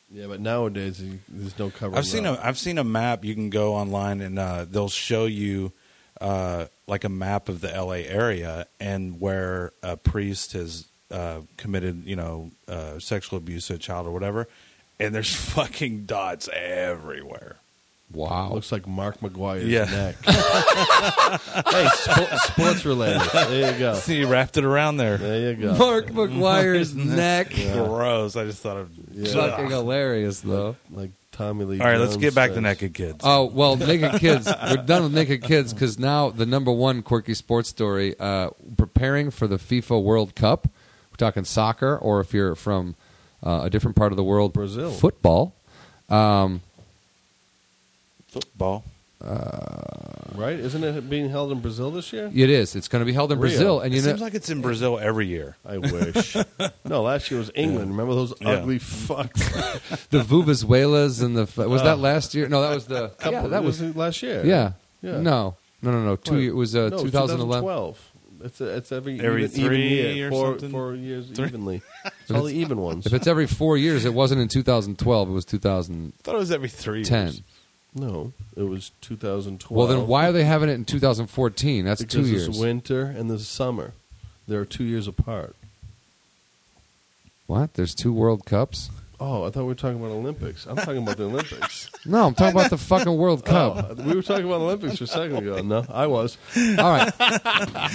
S4: yeah, but nowadays he, there's no cover.
S6: I've seen a I've seen a map. You can go online and uh, they'll show you uh, like a map of the L.A. area and where a priest has uh, committed, you know, uh, sexual abuse to a child or whatever. And there's fucking dots everywhere.
S5: Wow.
S4: Looks like Mark McGuire's
S6: Yeah.
S4: neck. hey, spo- sports related. There you go.
S6: See, he wrapped it around there.
S4: There you go.
S5: Mark McGuire's neck.
S6: Gross. I just thought of.
S5: Fucking hilarious, though.
S4: Like Tommy Lee.
S6: All right, let's
S4: Jones
S6: get back to
S4: says.
S6: naked kids.
S5: Oh well, naked kids. We're done with naked kids because now the number one quirky sports story: uh, preparing for the FIFA World Cup. We're talking soccer, or if you're from uh, a different part of the world,
S4: Brazil.
S5: football.
S6: Football.
S4: Right? Isn't it being held in Brazil this year?
S5: It is. It's going to be held in
S4: Rio.
S5: Brazil, and
S6: It
S5: you know,
S6: seems like it's in Brazil every year.
S4: I wish. no, last year was England. Remember those
S6: Yeah.
S4: ugly fucks?
S5: the Vuvuzelas and the f- was
S4: Oh.
S5: that last year? No, that was the yeah, that was
S4: last year.
S5: yeah.
S4: Yeah.
S5: No, no, no, no. Two.
S4: Wait.
S5: year- It was uh,
S4: No,
S5: 2011.
S4: 2012. It's, a, it's every,
S6: Every
S4: even, even
S6: three
S4: year,
S6: or
S4: four,
S6: something?
S4: four years evenly. It's all the even ones.
S5: If it's every four years, it wasn't in 2012. It was 2010.
S6: I thought it was every three years.
S4: no, it was 2012.
S5: Well, then why are they having it in 2014? That's
S4: Because
S5: two years.
S4: it's winter and there's summer. They're two years apart.
S5: What? There's two World Cups?
S4: Oh, I thought we were talking about Olympics. I'm talking about the Olympics.
S5: No, I'm talking about the fucking World Cup.
S4: Oh, we were talking about Olympics a second ago. No, I was.
S5: All right,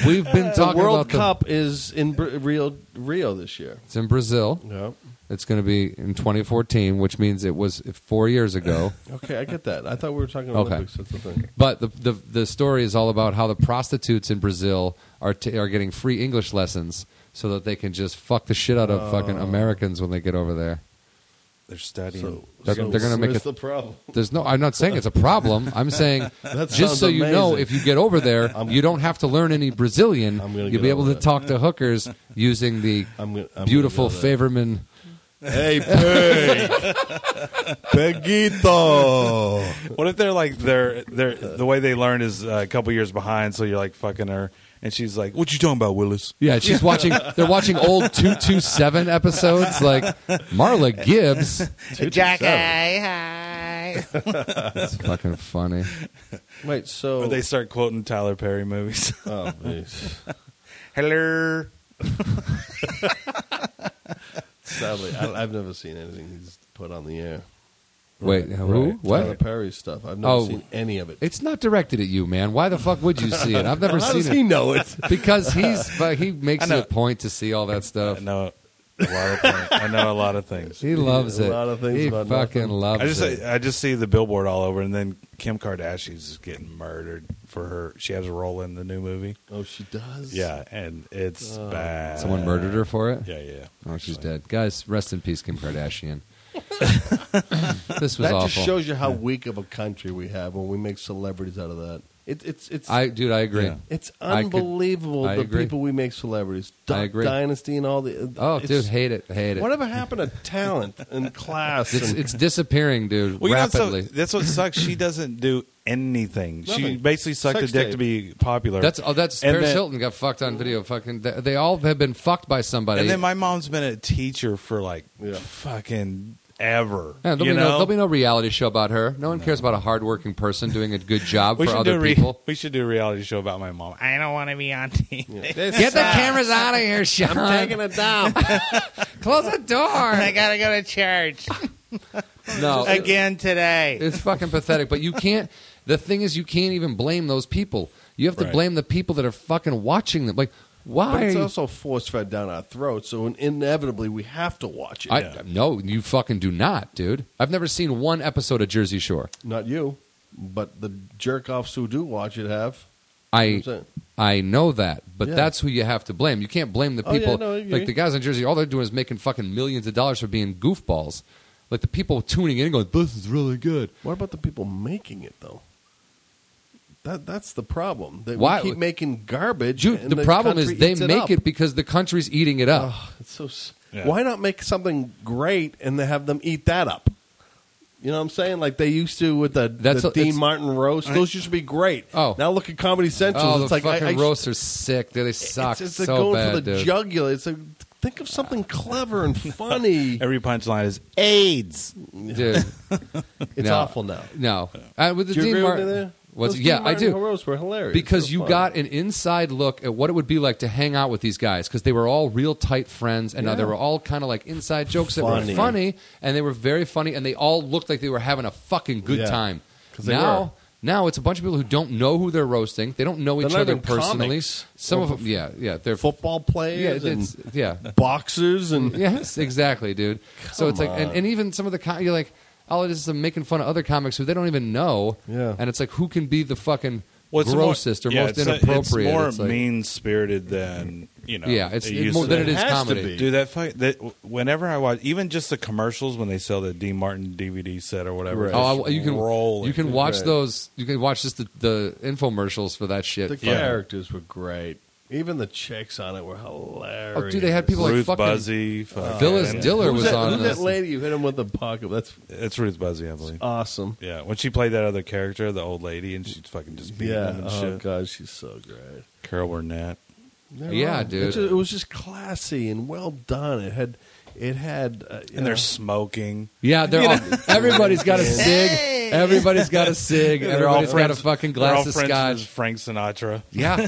S5: we've been
S4: The
S5: talking
S4: World
S5: about the-
S4: Cup is in Br- Rio, Rio this year.
S5: It's in Brazil.
S4: Yeah.
S5: It's going to be in 2014, which means it was four years ago.
S4: Okay, I get that. I thought we were talking
S5: Okay.
S4: Olympics. That's the thing.
S5: But the, the the story is all about how the prostitutes in Brazil are t- are getting free English
S4: Oh.
S5: lessons so that they can just fuck the shit out of fucking Americans when they get over there.
S6: They're studying.
S4: So,
S5: They're-
S4: so
S5: they're gonna make
S4: what's
S5: it-
S4: the problem.
S5: There's no. I'm not saying it's a problem. I'm saying
S4: That
S5: just
S4: sounds
S5: so you know,
S4: amazing.
S5: if you get over there, you don't have to learn any Brazilian.
S4: I'm gonna
S5: You'll
S4: get
S5: be able
S4: over
S5: to
S4: that.
S5: talk to hookers using the
S4: I'm gonna- I'm gonna
S5: beautiful
S4: get over
S5: favorman.
S4: Hey, Peg. Peguito.
S6: What if they're like they're they're the way they learn is uh, a couple years behind, so you're like fucking her, and she's like, "What you talking about, Willis?"
S5: Yeah, she's watching. They're watching old two two seven episodes, like Marla Gibbs.
S8: Jack, hi, hi.
S5: It's fucking funny.
S4: Wait, so
S6: Or they start quoting Tyler Perry movies.
S4: Oh, geez.
S8: Hello.
S4: sadly, I, I've never seen anything he's put on the air.
S5: Wait, who?
S4: Tyler
S5: What?
S4: Perry stuff. I've never
S5: Oh.
S4: seen any of it.
S5: It's not directed at you, man. Why the fuck would you see it? I've never
S4: How
S5: seen
S4: does
S5: it.
S4: he know it?
S5: because he's but he makes
S6: I
S5: it a
S6: know.
S5: point to see all that stuff.
S6: I know a lot of things. I know a lot of things.
S5: He loves
S4: A
S5: it.
S4: lot of things
S5: he
S4: about
S5: fucking
S4: nothing.
S5: loves
S6: I just
S5: it.
S6: I, just see the billboard all over, and then Kim Kardashian's just getting murdered for her. She has a role in the new movie.
S4: Oh, she does.
S6: Yeah, and it's bad.
S5: Uh, Someone murdered her for it.
S6: uh, Yeah, yeah.
S5: Oh, she's dead. Guys, rest in peace, Kim Kardashian. this was
S4: that
S5: awful.
S4: just shows you how weak of a country we have when we make celebrities out of that. It, it's it's
S5: I, dude, I agree.
S6: Yeah.
S4: it's
S5: I could-
S4: unbelievable
S5: I
S4: the
S5: agree.
S4: people we make celebrities. Duck
S5: I agree.
S4: Dynasty and all the
S5: Oh,
S4: it's-
S5: dude, hate it, hate it.
S4: Whatever happened to talent and class?
S5: It's,
S4: and,
S5: it's disappearing, dude,
S6: Well, you know, so
S5: rapidly.
S6: that's what sucks. She doesn't do anything. She
S4: Nothing.
S6: basically sucked
S4: Sex
S6: a dick
S4: tape.
S6: to be popular.
S5: that's oh, that's
S6: And
S5: Paris
S6: then-
S5: Hilton got fucked on video. Fucking, they, they all have been fucked by somebody.
S6: And then my mom's been a teacher for like
S4: Yeah.
S6: fucking ever.
S5: Yeah, there'll,
S6: you
S5: be
S6: know?
S5: no, there'll be no reality show about her. No one cares about a hardworking person doing a good job
S6: we
S5: for
S6: should do
S5: other
S6: a re-
S5: people.
S6: We should do a reality show about my mom.
S8: I don't want to be on TV.
S5: Get the cameras out of here, Sean.
S4: it down.
S5: Close the
S8: I
S5: door.
S8: gotta go to church
S5: no, it-
S8: again today.
S5: It's fucking pathetic. But you can't. The thing is, you can't even blame those people. You have to
S6: Right.
S5: blame the people that are fucking watching them. Like,
S4: But
S5: why?
S4: it's
S5: are you-
S4: also force fed down our throats, so inevitably we have to watch it.
S5: I, No, you fucking do not, dude. I've never seen one episode of Jersey Shore.
S4: Not you, but the jerk offs who do watch it have.
S5: I
S4: That's it.
S5: I know that, but
S4: Yeah.
S5: that's who you have to blame. You can't blame the
S4: Oh, yeah,
S5: people.
S4: no, I agree.
S5: like the guys in Jersey, all they're doing is making fucking millions of dollars for being goofballs. Like the people tuning in, and going, "This is really good."
S4: What about the people making it though? That that's the problem. They
S5: Why-
S4: we keep making garbage.
S5: Dude,
S4: and
S5: the, problem is
S4: country
S5: they
S4: eats
S5: make
S4: up.
S5: it because the country's eating it up.
S4: Ugh, it's so. s
S6: Yeah.
S4: Why not make something great and then have them eat that up? You know what I'm saying? Like they used to with the,
S5: That's
S4: the
S5: a-
S4: Dean
S5: it's-
S4: Martin roast. Those used to be great.
S5: Oh.
S4: now look at Comedy Central.
S5: Oh, the
S4: it's like I-
S5: fucking
S4: I,
S5: roasts are sick. dude. They suck
S4: It's, it's like
S5: so
S4: going
S5: bad,
S4: for the
S5: dude.
S4: jugular. It's like think of something clever and funny.
S6: Every punchline is AIDS.
S5: dude.
S4: It's
S5: no.
S4: awful now.
S5: No, uh, with the
S4: Do you
S5: Dean
S4: agree
S5: Martin,
S4: with me there?
S5: what's-
S4: Those
S5: yeah,
S4: Dean
S5: I
S4: Martin
S5: do
S4: Roasts were hilarious
S5: because
S4: They're
S5: you
S4: fun.
S5: got an inside look at what it would be like to hang out with these guys because they were all real tight friends and now they
S4: Yeah.
S5: were all kind of like inside jokes that were
S4: Funny.
S5: funny and they were very funny and they all looked like they were having a fucking good
S4: Yeah.
S5: time.
S4: 'Cause they
S5: Now.
S4: were.
S5: Now it's a bunch of people who don't know who they're roasting. They don't know
S4: They're
S5: each
S4: not
S5: other
S4: even
S5: personally.
S4: comics.
S5: Some
S4: Or
S5: of them, yeah, yeah, they're
S4: football
S5: yeah,
S4: players
S5: it's,
S4: and
S5: yeah,
S4: boxers and
S5: Yes, exactly, dude. so it's like, and, and even some of the com- you're like, all it is is making fun of other comics who they don't even know.
S4: Yeah.
S5: and it's like, who can be the fucking
S6: it's more-
S5: grossest or
S6: yeah,
S5: most
S6: it's-
S5: inappropriate?
S6: It's more
S5: It's like-
S6: mean spirited than you know.
S5: yeah, it's
S6: it
S5: it
S6: used
S5: more
S6: to
S5: than it
S6: be.
S5: is
S4: Has to
S5: comedy.
S4: be.
S6: Dude, that fight that whenever I watch, even just the commercials when they sell the Dean Martin DVD set or whatever,
S4: Right.
S5: Oh,
S6: just
S5: I- you can
S6: roll
S5: you can
S6: it.
S5: watch
S4: Right.
S5: those. You can watch just the, the infomercials for that shit.
S4: The
S5: Fuck.
S4: characters were great. Even the chicks on it were hilarious.
S5: Oh, dude, they had people like
S6: Ruth
S5: fucking
S6: Buzzy, fucking-
S5: Phyllis Diller
S4: Who's
S5: was
S4: that,
S5: on
S4: who's
S5: this.
S4: that lady who hit him with the pocket? That's
S6: It's Ruth Buzzy, I believe.
S4: awesome.
S6: Yeah, when she played that other character, the old lady, and she's fucking just beating
S4: Yeah.
S6: him and
S4: Oh
S6: shit.
S4: god, she's so great.
S6: Carol Burnett.
S4: They're
S5: Yeah, dude.
S4: It's ju- it was just classy and well done. It had, it had, uh, you
S6: And they're
S4: know,
S6: smoking.
S5: Yeah, they're all, everybody's got a sig.
S8: Hey!
S5: Everybody's got a sig.
S6: They're all
S5: Everybody's got a
S6: friends-
S5: fucking
S6: they're all
S5: glass of
S6: friends with
S5: scotch.
S6: Frank Sinatra.
S5: Yeah,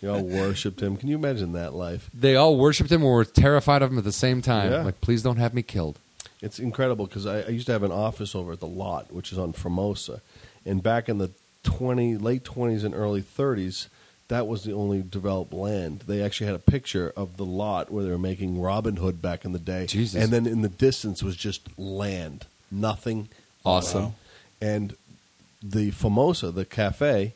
S4: you all worshipped him. Can you imagine that life?
S5: they all worshipped him and were terrified of him at the same time.
S4: Yeah.
S5: Like, please don't have me killed.
S4: It's incredible because I, I used to have an office over at the lot, which is on Formosa, and back in the twenty late twenties and early thirties, that was the only developed land. They actually had a picture of the lot where they were making Robin Hood back in the day,
S5: Jesus.
S4: and then in the distance was just land, nothing.
S5: Awesome.
S4: Wow. And the Formosa, the cafe,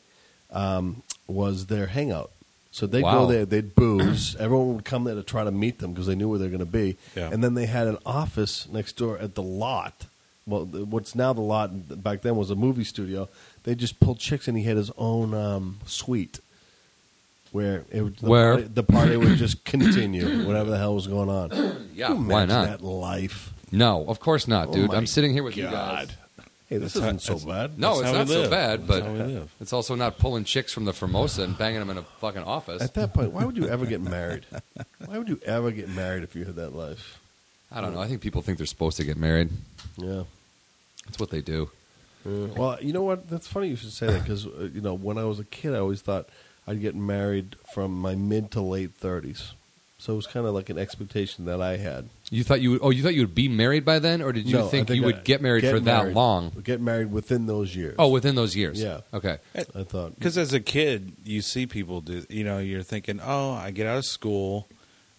S4: um, was their hangout. So they
S5: Wow.
S4: go there, they'd booze. Everyone would come there to try to meet them because they knew where they're going to be.
S6: Yeah.
S4: And then they had an office next door at the lot. Well, th- what's now the lot back then was a movie studio. They just pulled chicks, and he had his own um, suite where it would, the,
S5: Where?
S4: party, the party would just continue, whatever the hell was going on. Can you
S5: Yeah, why
S4: imagine
S5: not?
S4: That life.
S5: No, of course not,
S4: Oh
S5: dude.
S4: my
S5: I'm sitting here with you
S4: God.
S5: guys.
S4: Hey, this isn't so bad.
S5: No,
S6: That's
S5: it's
S6: how
S5: not
S6: we
S5: so
S6: live.
S5: bad,
S6: That's
S5: but
S6: how we live.
S5: it's also not pulling chicks from the Formosa and banging them in a fucking office.
S4: At that point, why would you ever get married? Why would you ever get married if you had that life?
S5: I don't know. I think people think they're supposed to get married.
S4: Yeah.
S5: That's what they do.
S4: Yeah. Well, you know what? That's funny you should say that because uh, you know when I was a kid, I always thought I'd get married from my mid to late thirties. So it was kind of like an expectation that I had.
S5: You thought you would, oh you thought you would be married by then, or did you
S4: No, I
S5: think, you
S4: I-
S5: would get married for that
S4: married-
S5: long?
S4: Get married within those years.
S5: Oh, within those years.
S4: Yeah.
S5: Okay.
S4: I thought.
S6: Because as a kid, you see people do. You know, you're thinking, "Oh, I get out of school,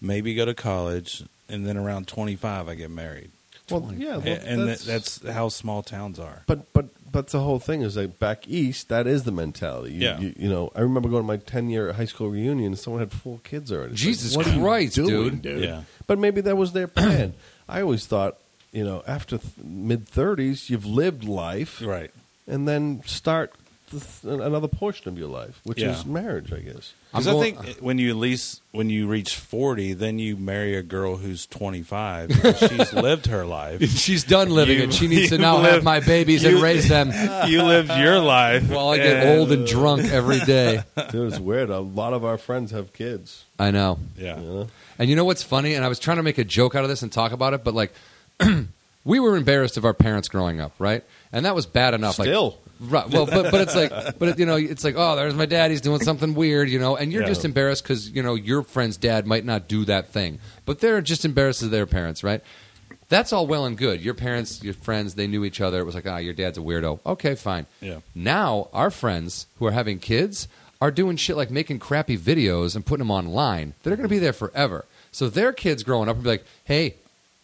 S6: maybe go to college, and then around 25, I get married."
S4: Well, yeah, well,
S6: A- and that's, that's how small towns are.
S4: But but but the whole thing is like back east, that is the mentality. You,
S6: Yeah.
S4: You, you know, I remember going to my ten year high school reunion, and someone had four kids already. It's like,
S5: Jesus
S4: what are you
S5: Christ,
S4: doing,
S5: dude.
S6: Yeah.
S4: But maybe that was their plan. I always thought, you know, after th- mid thirties, you've lived life,
S6: Right.
S4: and then start th- another portion of your life, which
S6: Yeah.
S4: is marriage, I guess.
S5: I'm
S6: Because I
S5: going-
S6: think when you at least when you reach 40, then you marry a girl who's 25. because she's lived her life.
S5: She's done living
S6: You-
S5: it. She needs to
S6: you
S5: now
S6: live-
S5: have my babies and
S6: you-
S5: raise them
S6: you lived your life
S5: while I get old and drunk every day.
S4: Dude, it's weird. A lot of our friends have kids.
S5: I know.
S6: Yeah.
S4: You know?
S5: And you know what's funny? And I was trying to make a joke out of this and talk about it, but like, we were embarrassed of our parents growing up, right? And that was bad enough.
S4: Still.
S5: Like, right. Well, but but it's like, but you know, it's like, oh, there's my dad. He's doing something weird, you know. And you're
S4: Yeah.
S5: just embarrassed because you know your friend's dad might not do that thing, but they're just embarrassed of their parents, right? That's all well and good. Your parents, your friends, they knew each other. It was like, ah, your dad's a weirdo. Okay, fine.
S6: Yeah.
S5: Now our friends who are having kids are doing shit like making crappy videos and putting them online. They're going to be there forever. So their kids growing up will be like, "Hey,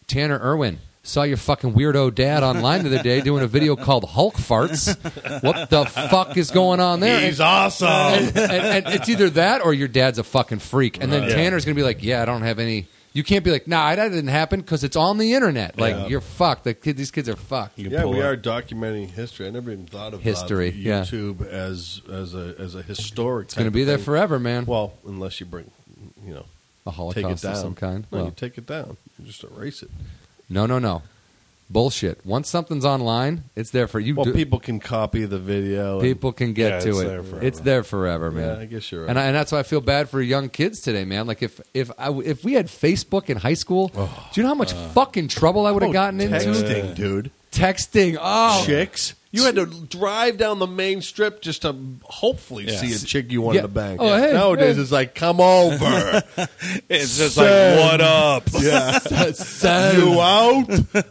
S5: Tanner Irwin, saw your fucking weirdo dad online the other day doing a video called Hulk farts. What the fuck is going on there?"
S6: He's awesome.
S5: and, and, and it's either that or your dad's a fucking freak. And then
S6: Right.
S5: Tanner's going to be like, "Yeah, I don't have any." You can't be like, "Nah, that didn't happen" because it's on the internet. Like
S4: Yeah.
S5: you're fucked. The kid, these kids are fucked.
S6: You
S4: Yeah,
S6: pull
S4: we
S6: up.
S4: are documenting history. I never even thought about
S5: History, yeah.
S4: YouTube as as a as a historic.
S5: It's going to be there forever, man.
S4: Well, unless you bring, you know,
S5: a
S4: take it
S5: Holocaust
S4: down
S5: of some kind.
S4: No,
S5: Well.
S4: you take it down. You just erase it.
S5: No, no, no. Bullshit. Once something's online, it's there for you.
S4: Well,
S5: do-
S4: people can copy the video. and-
S5: people can
S6: Yeah,
S5: get to
S6: it's
S5: it.
S6: there forever.
S5: it's there forever, man.
S4: Yeah, I guess you're right.
S5: And, I, and that's why I feel bad for young kids today, man. Like if if I w if we had Facebook in high school, do you know how much fucking trouble I would have
S4: uh, Oh,
S5: gotten into?
S4: texting, dude.
S5: Texting. Oh,
S4: Chicks. You had to drive down the main strip just to hopefully
S6: Yeah.
S4: see a chick you wanted
S5: Yeah.
S4: to bang.
S5: Oh, hey,
S4: Nowadays,
S5: hey.
S4: it's like, come over.
S6: It's just
S4: Same.
S6: like, what up?
S4: yeah.
S5: Son.
S4: You out?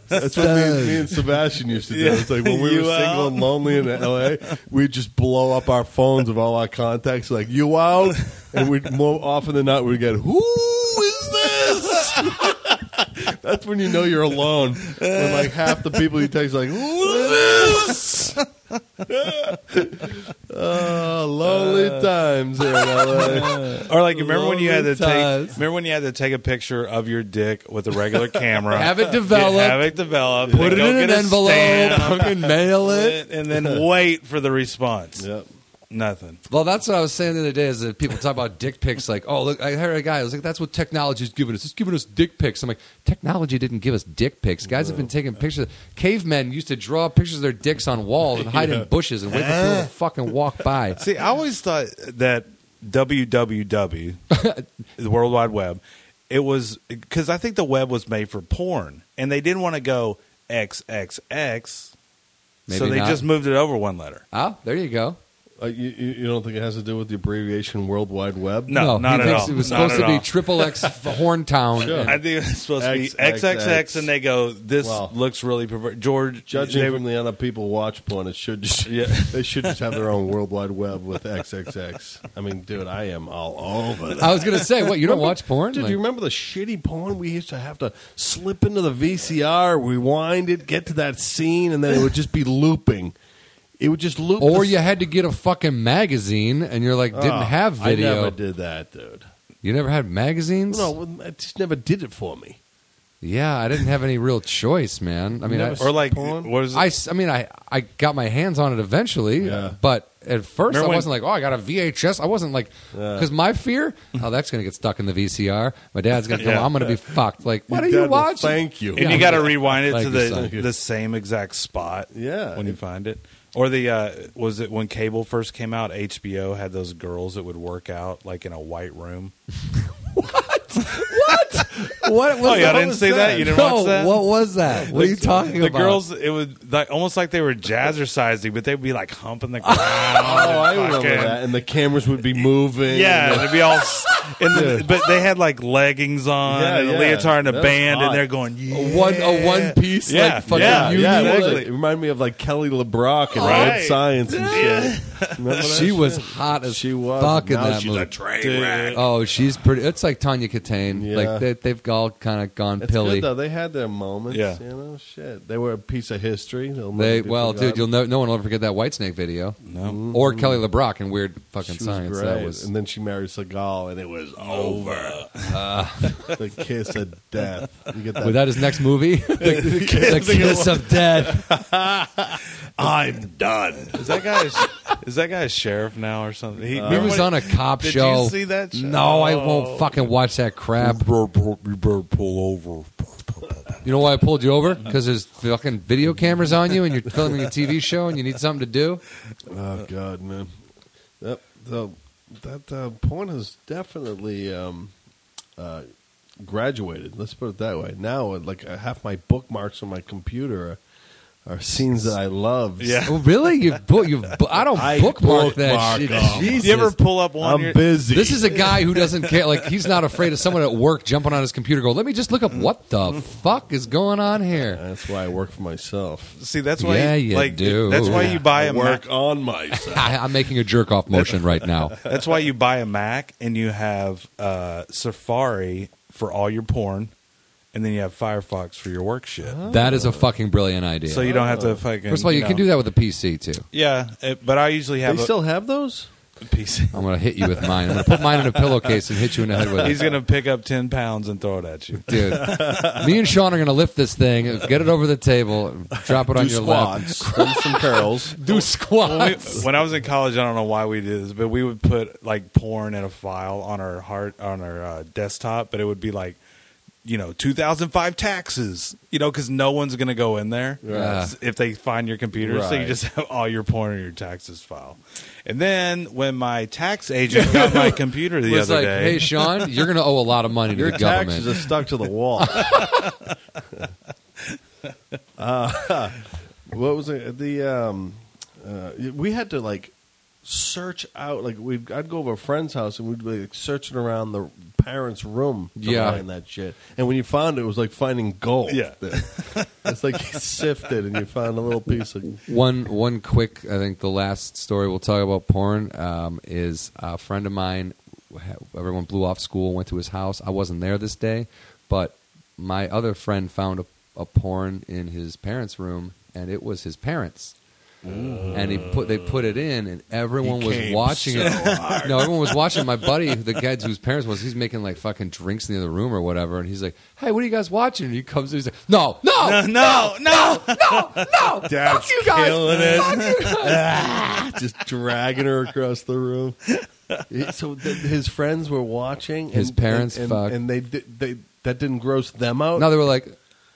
S4: That's what me, and- me and Sebastian used to do. It's like when we
S6: You
S4: were single
S6: out?
S4: and lonely in LA, we'd just blow up our phones of all our contacts, like, you out? And we'd more often than not, we'd get, who is this? That's when you know you're alone. When like half the people you text, like, who is this? uh, lonely times here in LA.
S6: Or like, remember when you had
S5: Lonely
S6: to take?
S5: times.
S6: Remember when you had to take a picture of your dick with a regular camera?
S5: Have it
S6: Yeah, have
S5: developed.
S6: it developed.
S5: Put
S6: then
S5: it
S6: go
S5: in
S6: get
S5: an
S6: a
S5: envelope.
S6: stamp,
S5: Fucking mail it.
S6: and then wait for the response.
S4: yep.
S6: Nothing.
S5: Well, that's what I was saying the other day. Is that people talk about dick pics? Like, oh, look, I heard a guy. I was like, that's what technology's giving us. It's giving us dick pics. I'm like, technology didn't give us dick pics. Guys have been taking pictures. Cavemen used to draw pictures of their dicks on walls and hide in bushes and wait for people to fucking walk by.
S6: See, I always thought that WWW, the World Wide Web, it was because I think the web was made for porn, and they didn't want to go XXX, so
S5: Maybe
S6: they
S5: not.
S6: just moved it over one letter.
S5: Oh, there you go.
S4: Uh, you, you you don't think it has to do with the abbreviation World Wide Web?
S6: No, not
S5: he
S6: at
S5: thinks
S6: all.
S5: It was
S6: Not
S5: supposed
S6: at
S5: to be
S6: all.
S5: triple X Horntown.
S4: Sure.
S5: And-
S6: I think it's supposed to be
S4: XXX.
S6: XXX, and they go, "This
S4: Wow.
S6: looks really perver-. George."
S4: Judging
S6: they-
S4: from the amount of people watch porn, it should just
S6: Yeah.
S4: they should just have their own World Wide Web with XXX. I mean, dude, I am all over that.
S5: I was gonna say, what you don't watch porn?
S4: Dude,
S5: Like-
S4: you remember the shitty porn we used to have to slip into the VCR, rewind it, get to that scene, and then it would just be looping. It would just loop.
S5: Or
S4: the-
S5: you had to get a fucking magazine, and you're like, didn't
S4: Oh,
S5: have video.
S4: I never did that, dude.
S5: You never had magazines?
S4: No, it just never did it for me.
S5: Yeah, I didn't have any real choice, man. I mean,
S4: Never
S5: I,
S4: saw
S6: Or like,
S4: Porn?
S6: what is it?
S5: I, s- I mean, I, I got my hands on it eventually,
S4: Yeah.
S5: but at first
S6: Remember
S5: I
S6: when-
S5: wasn't like, oh, I got a VHS. I wasn't like,
S4: Yeah.
S5: because my fear, oh, that's going to get stuck in the VCR. My dad's going to come,
S6: Yeah.
S5: I'm going to be fucked. Like, what
S4: Your
S5: are
S4: dad
S5: you
S4: will
S5: watching?
S4: Thank you.
S6: and you got to rewind it
S5: Thank
S6: to
S5: you,
S6: the
S5: son.
S6: the same exact spot.
S4: Yeah.
S6: when you find it. Or the uh, was it when cable first came out? HBO had those girls that would work out like in a white room.
S5: What was
S6: Oh, yeah, I
S5: that?
S6: didn't see that. You didn't
S5: no,
S6: watch that.
S5: what was that? What are you talking
S6: the
S5: about?
S6: girls, it would like almost like they were jazzercising, but they'd be like humping the ground.
S4: Oh, I remember
S6: Fucking-
S4: that. And the cameras would be moving.
S6: Yeah, they'd be all. s- And the, but they had like leggings on
S4: Yeah,
S6: and a
S4: yeah.
S6: leotard and
S4: That
S6: a
S4: was
S6: band,
S4: hot.
S6: and they're going
S5: A
S6: yeah.
S5: one, a one piece,
S6: Yeah,
S5: like fucking
S6: yeah,
S4: Yeah,
S5: union.
S4: yeah,
S6: Union.
S4: that was like- it reminded me of like Kelly LeBrock and
S6: Right.
S4: Red Science and shit. Remember that
S5: She
S4: shit?
S5: was hot as
S4: She was.
S5: fuck in
S4: now
S5: that
S4: she's
S5: movie.
S4: a train
S6: Dude.
S4: wreck.
S5: Oh, she's pretty. It's like Tanya Katane.
S4: Yeah.
S5: Like they, they've all kind of gone
S4: It's
S5: pilly.
S4: good though. They had their moments.
S6: Yeah.
S4: You know, shit. They were a piece of history. They'll never
S5: They
S4: be
S5: well, dude,
S4: forgotten.
S5: you'll no, no one will ever forget that Whitesnake video.
S6: No.
S5: or Kelly LeBrock and Weird Fucking
S4: She was
S5: Science.
S4: great.
S5: That was
S4: and then she married Seagal, and it was over.
S5: Uh.
S4: the kiss of death. You get that?
S5: was that his next movie? the, the Kiss of Death.
S4: I'm done.
S6: Is that guy? a- Is that guy a sheriff now or something? He,
S5: He was on a cop
S6: did you
S5: show.
S6: see that show?
S5: No, I won't fucking watch that crap.
S6: better, pull, you better pull over.
S5: You know why I pulled you over? Because there's fucking video cameras on you, and you're filming a TV show, and you need something to do.
S4: Oh God, man. That the that uh, porn has definitely um, uh, graduated. Let's put it that way. Now, like uh, half my bookmarks on my computer are, are scenes that I loved.
S6: Yeah.
S5: Oh, really? You book? You? bu- I don't
S4: I
S5: bookmark that
S4: bookmark
S5: shit.
S4: them.
S5: Jesus.
S6: You ever pull up one?
S4: I'm
S6: you're-
S4: busy.
S5: This is a guy who doesn't care. Like he's not afraid of someone at work jumping on his computer. Go. Let me just look up what the fuck is going on here.
S4: That's why I work for myself.
S6: See, that's why.
S5: Yeah,
S6: you,
S5: you
S6: like,
S5: do.
S6: That's why you buy
S4: I
S6: a
S4: work
S6: Mac.
S4: on myself.
S5: I, I'm making a jerk off motion right now.
S6: That's why you buy a Mac and you have uh, Safari for all your porn, and then you have Firefox for your work shit.
S5: That is a fucking brilliant idea.
S6: So you don't have to fucking.
S5: First of all, you, can
S6: know.
S5: do that with a PC too.
S6: Yeah, it, but I usually
S4: they
S6: have a
S4: still have those?
S6: PC.
S5: I'm gonna hit you with mine. I'm gonna put mine in a pillowcase and hit you in the head with it.
S6: He's gonna pick up ten pounds and throw it at you.
S5: Dude, me and Sean are gonna lift this thing, get it over the table, drop it on
S4: Do
S5: your lap,
S4: squats, then some curls.
S5: do
S6: When, we,
S5: squats.
S6: when I was in college, I don't know why we did this, but we would put like porn in a file on our hard on our uh, desktop, but it would be like, you know, 2005 taxes, you know, because no one's gonna go in there
S5: Right.
S6: if they find your computer. So you
S4: Right.
S6: just have all your porn in your taxes file. And then when my tax agent got my computer the
S5: was
S6: other
S5: like,
S6: day,
S5: hey Sean, you're gonna owe a lot of money to
S4: Your
S5: the
S4: taxes
S5: government.
S4: are stuck to the wall. Uh, what was it? The um, uh, we had to like search out. Like we, would I'd go over a friend's house and we'd be like, searching around the parents' room to
S5: Yeah.
S4: find that shit. And when you found it, it was like finding gold.
S6: Yeah.
S4: it's like you sifted and you found a little piece of.
S5: One one quick, I think the last story we'll talk about porn um, is a friend of mine. Everyone blew off school, went to his house. I wasn't there this day, but my other friend found a, a porn in his parents' room, and it was his parents. And he put they put it in, and everyone
S4: Mm. He
S5: was
S4: came
S5: watching
S4: so
S5: it. No, everyone was watching. My buddy, the guy whose parents was, he's making like fucking drinks in the other room or whatever, and he's like, "Hey, what are you guys watching?" And he comes in, he's like, "No, no,
S6: no, no, no,
S4: Dad's you guys. killing it. Ah, just dragging her across the room. It- So th- his friends were watching.
S5: His parents
S4: and,
S5: fucked.
S4: and they did. They that didn't gross them out.
S5: No, they were like,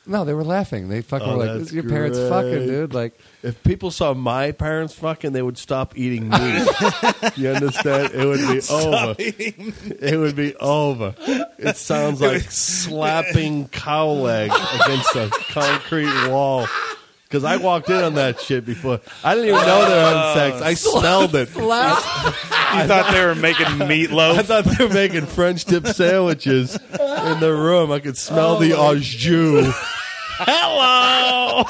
S5: no, they were laughing. They fucking
S4: Oh,
S5: were like,
S4: that's
S5: this is your parents
S4: great.
S5: fucking, dude. Like,
S4: if people saw my parents fucking, they would stop eating meat. you understand? It would be over. It would be over. It sounds like slapping cow leg against a concrete wall. Because I walked in on that shit before. I didn't even know they were having sex. I smelled it.
S6: You thought they were making
S4: I
S6: meatloaf.
S4: thought they were making French dip sandwiches in the room. I could smell the
S6: Oh
S4: au jus.
S6: Hello.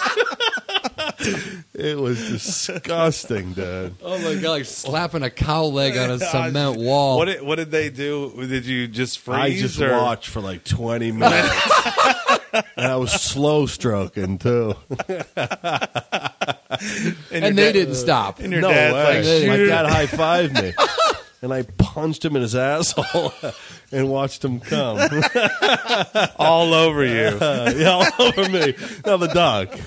S4: It was disgusting, dude.
S5: oh my god, like slapping a cow leg on a cement wall.
S6: What did, what did they do? Did you just freeze?
S4: I just
S6: or?
S4: watched for like 20 minutes. and I was slow stroking, too.
S5: and,
S6: your
S5: they
S6: dad-
S5: didn't stop.
S6: And your
S4: no
S6: dad's like,
S4: way.
S5: "Shoot."
S4: my dad high fived me, and I punched him in his asshole and watched him come
S6: all over you.
S4: Uh, yeah, all over me. Now the dog.